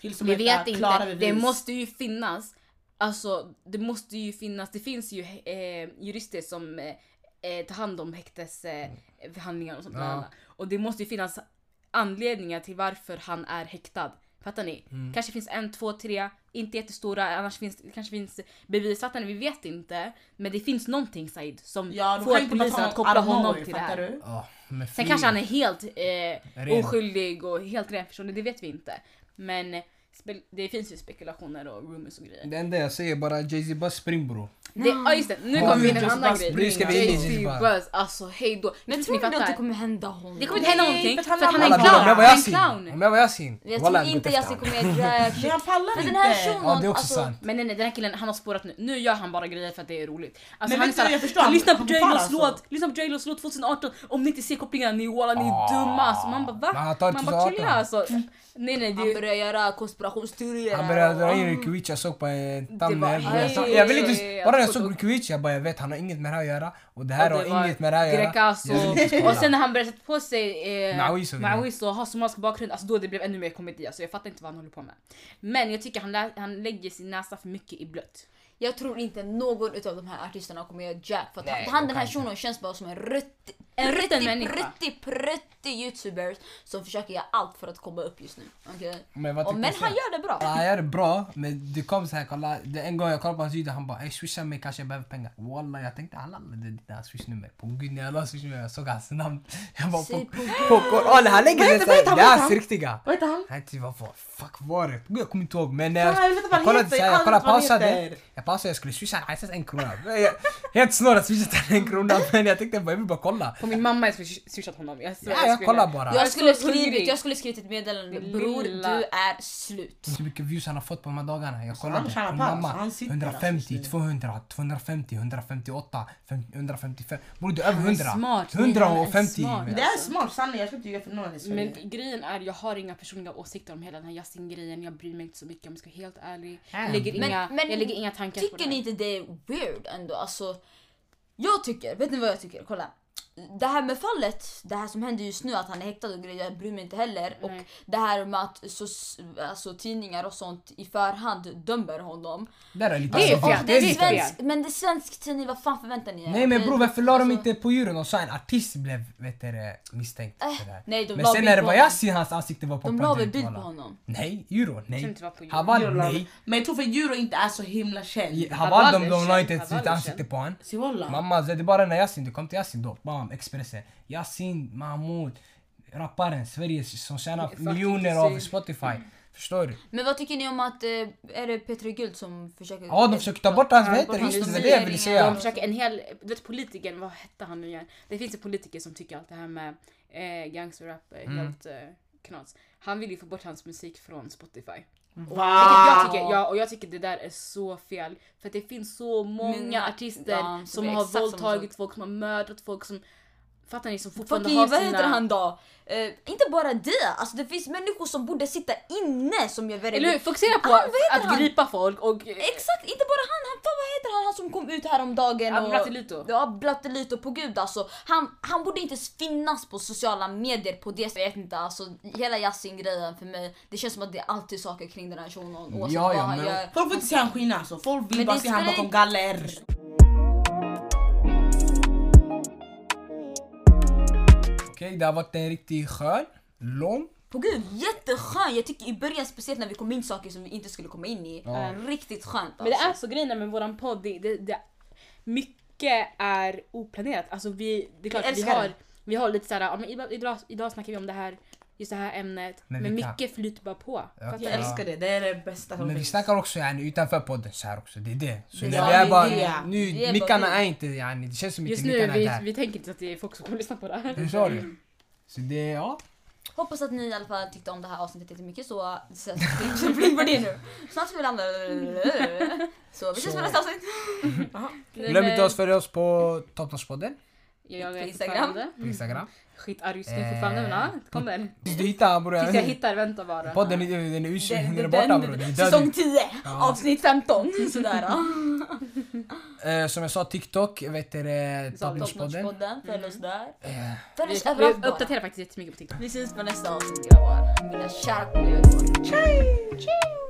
D: Tills de
C: vi
D: hittar
C: vet
D: klara
C: inte, det
D: bevis.
C: måste ju finnas, alltså det måste ju finnas, det finns ju eh, jurister som eh, eh, tar hand om häktesförhandlingar eh, förhandlingar och sånt
A: Ja.
C: där. Och det måste ju finnas anledningar till varför han är häktad. Fattar ni?
D: Mm.
C: Kanske finns en, två, tre, inte jättestora, annars finns kanske finns bevis. Fattar ni? Vi vet inte. Men det finns någonting Said som
D: Ja, de kan
C: får
D: inte bara ta
C: polisen
D: någon
C: att koppla
D: out of
C: honom
D: nowhere,
C: till det
D: fattar
C: här.
D: du?
A: Ja, men
C: Sen
A: fy-
C: kanske han är helt eh,
A: Ren.
C: oskyldig och helt ren person, det vet vi inte. Men spe- det finns ju spekulationer och rumors och grejer.
A: Det enda jag säger bara Jay-Z bara spring bror.
C: Det, ja just det, nu
A: Ja,
C: kommer vi in
A: men
C: en
A: Just
C: annan
A: Buzz
C: grej.
A: Brie ska vi in i
C: Jay-Z
A: Just Buzz.
C: Buzz, alltså hejdå.
B: Men
C: Men
B: tror
C: ni
B: ni att det
C: fattar.
B: kommer hända honom?
C: Det kommer inte hända
D: Nej,
C: någonting
D: för
C: för
D: att han
C: att han är
D: alla
C: en
A: Alla, om jag var
C: clown. Han är
A: Yasin,
C: en
A: om jag var Yasin.
C: clown.
B: Jag
A: walla,
B: tror
A: hade gått
B: inte
A: efter
B: Yasin
A: honom.
B: kommer göra drag
D: Men han pallar
B: Men
D: inte.
B: den här shunon,
A: Ja det är också
B: alltså,
A: sant.
C: Men nej, nej den här killen han har spårat nu. Nu gör han bara grejer för att det är roligt. Alltså,
D: Men
C: han
D: vet du,
C: är såhär,
D: jag förstår,
C: han
D: han-
C: lyssnar
D: han
C: på
D: får
C: J-Los
D: fan alltså.
C: låt, lyssnar på J-Los låt 2018. Om ni inte ser kopplingen ni walla ni
A: Ah.
C: är dumma. Alltså, man bara va?
A: Men han tar
C: Man bara
A: 2018.
C: chilla alltså. Nej nej
B: Han
C: det,
B: börjar göra konspirationsteorier.
A: Han började dra in Rikiewicz, jag såg på en
C: var
A: thumbnail. Jag,
C: helt-
A: såg, jag vill inte,
C: jag
A: bara när jag såg
C: såg dock-
A: Rikiewicz jag bara jag vet han har inget med det här att göra. Och det här
C: och
A: har inget med det här att göra.
C: Grecasso.
A: Jag vill inte kolla.
C: Och sen när han började sätta på sig eh,
A: Maoiso, vill jag.
C: Maoiso och ha somalisk bakgrund, alltså då det blev ännu mer komedi. Alltså, jag fattar inte vad han håller på med. Men jag tycker han, lä- han lägger sin näsa för mycket i blött.
B: Jag tror inte någon utav de här artisterna kommer göra jack för att
A: Nej,
B: han den här
A: okej.
B: shunon känns bara som en rutt, en
C: rutten
B: ruttig,
C: människa.
B: pruttig, pruttig youtubers som försöker göra allt för att komma upp just nu. Okej?
A: Men vad
B: Och, men
A: tyckte
B: han
A: du?
B: gör det bra.
A: Han gör det bra, men det kom så här kolla, det en gång jag kollade på hans video han bara ey swisha mig kanske jag behöver pengar. Walla jag tänkte alla hade dina swishnummer. På gud när jag la swishnummer jag såg hans namn. Jag bara på
B: Säg på-
A: på koranen, han lägger det
D: vad
A: såhär,
D: heter
A: det
D: han,
A: är
D: vad
A: hans
D: heter
A: riktiga.
D: Vad heter han?
A: Han hette vad var fuck var det? Gud, Jag kommer inte ihåg men när
D: Fan, jag vet
A: jag,
D: inte vad han
A: kollade
D: heter,
A: såhär,
D: jag
A: jag kollade
D: vet inte vad han
A: pausade.
D: heter.
A: Jag pausade jag skulle swisha han en krona. Jag- Helt snurrat swishade han en krona men jag tänkte bara jag vill bara kolla.
C: På min mamma jag skulle swishat honom. Jag, svär,
A: Ja jag
C: skulle-
A: kollar bara.
B: Jag skulle,
C: är så hungrig.
B: skrivit, jag skulle skrivit ett meddelande.
C: Lilla.
B: Bror, du är slut.
A: Vet du hur mycket views han har fått på de här dagarna? Jag
D: han
A: kollade.
D: tjänar
A: Min
D: på, alltså,
A: mamma,
D: han sitter där,
A: 150,
D: alltså.
A: 200, 250, 158, 50, 155. Bror du är över 100.
C: Ah, smart. Men han är
A: 150.
C: smart.
A: men-
D: Det är smart sanning, jag ska inte ljuga för någon i Sverige.
C: Men grejen är, jag har inga personliga åsikter om hela den här Justin-grejen. Jag bryr mig inte så mycket om jag ska vara helt ärlig. Jag
A: Mm.
C: lägger
B: Men-
C: inga,
B: men
C: jag lägger inga tankar på det.
B: Tycker ni inte det är weird ändå? Alltså, jag tycker, vet ni vad jag tycker? Kolla. Det här med fallet, det här som händer just nu att han är häktad och grejer, jag bryr mig inte heller. Och
C: Nej.
B: det här med att så, alltså, tidningar och sånt i förhand dömer honom.
A: Där är lite
C: Det är
A: alltså,
C: fel,
B: och
C: det är
A: lite-
C: fel.
B: svensk, men det är svensk tidning, vad fan förväntar ni er?
A: Nej men
B: Okej?
A: bror varför la de
B: Alltså,
A: inte på juryn och sa en artist blev vet du, det, misstänkt för det här?
B: Äh, nej, de
A: Men
B: la
A: sen
B: bild
A: när det
B: på
A: var
B: honom.
A: Yasin hans ansikte var på
B: De la väl bild på honom?
A: Nej, euro,
C: Jag tror
A: nej.
C: inte det var på jul.
A: Han var
D: Euro la-
A: nej.
D: Men jag tror för Euro inte är så himla känd.
A: Han var
C: Haval
A: de,
C: är
A: de la
C: känd,
A: inte ens
C: Haval
A: sitt
C: är
A: ansikte
C: känd.
A: på honom.
D: Se walla.
A: Mamma, det är bara när Yasin, du kom till Yasin då. Bam, Expressen. Yasin, Mahmoud, rapparen, Sverige som tjänar
C: Fucking
A: miljoner av
C: synd.
A: Spotify.
B: Mm.
A: Förstår du?
B: alltså, Men vad tycker ni om att, eh, är det Petri Guld som försöker...
A: Ja, de försöker ta bort hans
C: Ja,
A: vad
C: bort
A: heter det?
C: hans
A: Just det, det är det jag ville
C: De
A: säga.
C: försöker en hel, du vet politikern, vad hette han nu igen? Det finns en politiker som tycker allt det här med eh, gangsterrap är helt eh, knas. Han vill ju få bort hans musik från Spotify. Vilket
D: Oh.
C: jag tycker, ja, och jag tycker det där är så fel. För att det finns så många
B: Många,
C: artister
B: ja, som
C: som
B: är
C: har
B: exakt samma
C: våldtagit folk, som har mördat folk, som Fattar ni? Som fortfarande
B: Fucking,
C: har
B: vad
C: sina...
B: heter han då? Eh, inte bara det, alltså det finns människor som borde sitta inne som gör värre.
C: Eller hur? Fokusera på
B: Ah, vad heter
C: att
B: han?
C: gripa folk och... eh,
B: Exakt, inte bara han, han fan vad heter han, han som kom ut häromdagen?
C: Ja,
B: och-
C: Brattilito.
B: Ja, Brattilito, på gud alltså. Han, han borde inte ens finnas på sociala medier på det sättet. Jag vet inte, alltså hela Yasin-grejen för mig, det känns som att det är alltid saker kring den här shunon oavsett
A: Ja, ja,
B: vad han
A: men-
B: gör.
D: Folk får inte se han skina alltså, folk vill
B: Men
D: bara
B: det
D: se han
B: spelar
D: bakom
B: inte-
D: galler.
A: Okej, det har varit en riktigt skön, lång.
B: På gud, jätteskön! Jag tycker i början speciellt när vi kom in saker som vi inte skulle komma in i.
A: Ja.
B: Riktigt skönt
C: Men det
B: alltså.
C: är så grejen är med våran podd, det, det, det, mycket är oplanerat. Alltså vi, det är klart, vi
B: älskar
C: har,
B: det.
C: vi har lite såhär, ja, men idag, idag, idag snackar vi om det här, just det här ämnet.
A: Men
C: Men,
A: vi kan-
C: mycket flyter bara på. Fattar
A: Jag
C: ni?
D: Jag älskar det, det är det bästa som
A: Men vi
D: finns.
A: snackar också yani, utanför podden så här också, det är det. Så
B: Det-
A: när
B: ja,
A: vi
B: det
A: är
B: är
A: bara,
D: det.
B: Det är
A: nu,
B: bara
A: mickarna
B: vi.
A: är inte yani, det känns som
C: Just
A: inte
C: nu,
A: mickarna är
C: vi,
A: där.
C: vi tänker inte att det är folk som kommer lyssna på det här.
A: Förstår du? Så det, ja.
B: Hoppas att ni i alla fall tyckte om det här avsnittet jättemycket så... så- så Pling på det nu! Snart ska vi landa... Så vi ses
A: Så.
B: på nästa avsnitt!
A: Glöm
C: eh,
A: inte att följa oss på Toppnotchpodden
C: Jag jagar
B: På Instagram.
C: fortfarande.
A: på Instagram.
C: Skitarg fortfarande men ja,
A: Eh.
C: det kommer.
A: Tills du hittar bror.
C: Tills jag hittar, vänta bara.
A: Podden är- den är ursäktad, den är
B: Den-
A: borta bror. Den är död.
B: Säsong 10, avsnitt 15. Sådär. ja.
A: Eh, som jag sa, TikTok, vad heter det?
C: sa
A: Toppnotchpodden.
B: Toppnotchpodden, följ oss där.
A: Eh,
B: Följ
C: Vi,
B: oss överallt
C: vi
B: bara.
C: uppdaterar faktiskt jättemycket på TikTok.
B: Vi syns på nästa avsnitt grabbar. Mina kära kollegor.
D: Tjej! Tjej!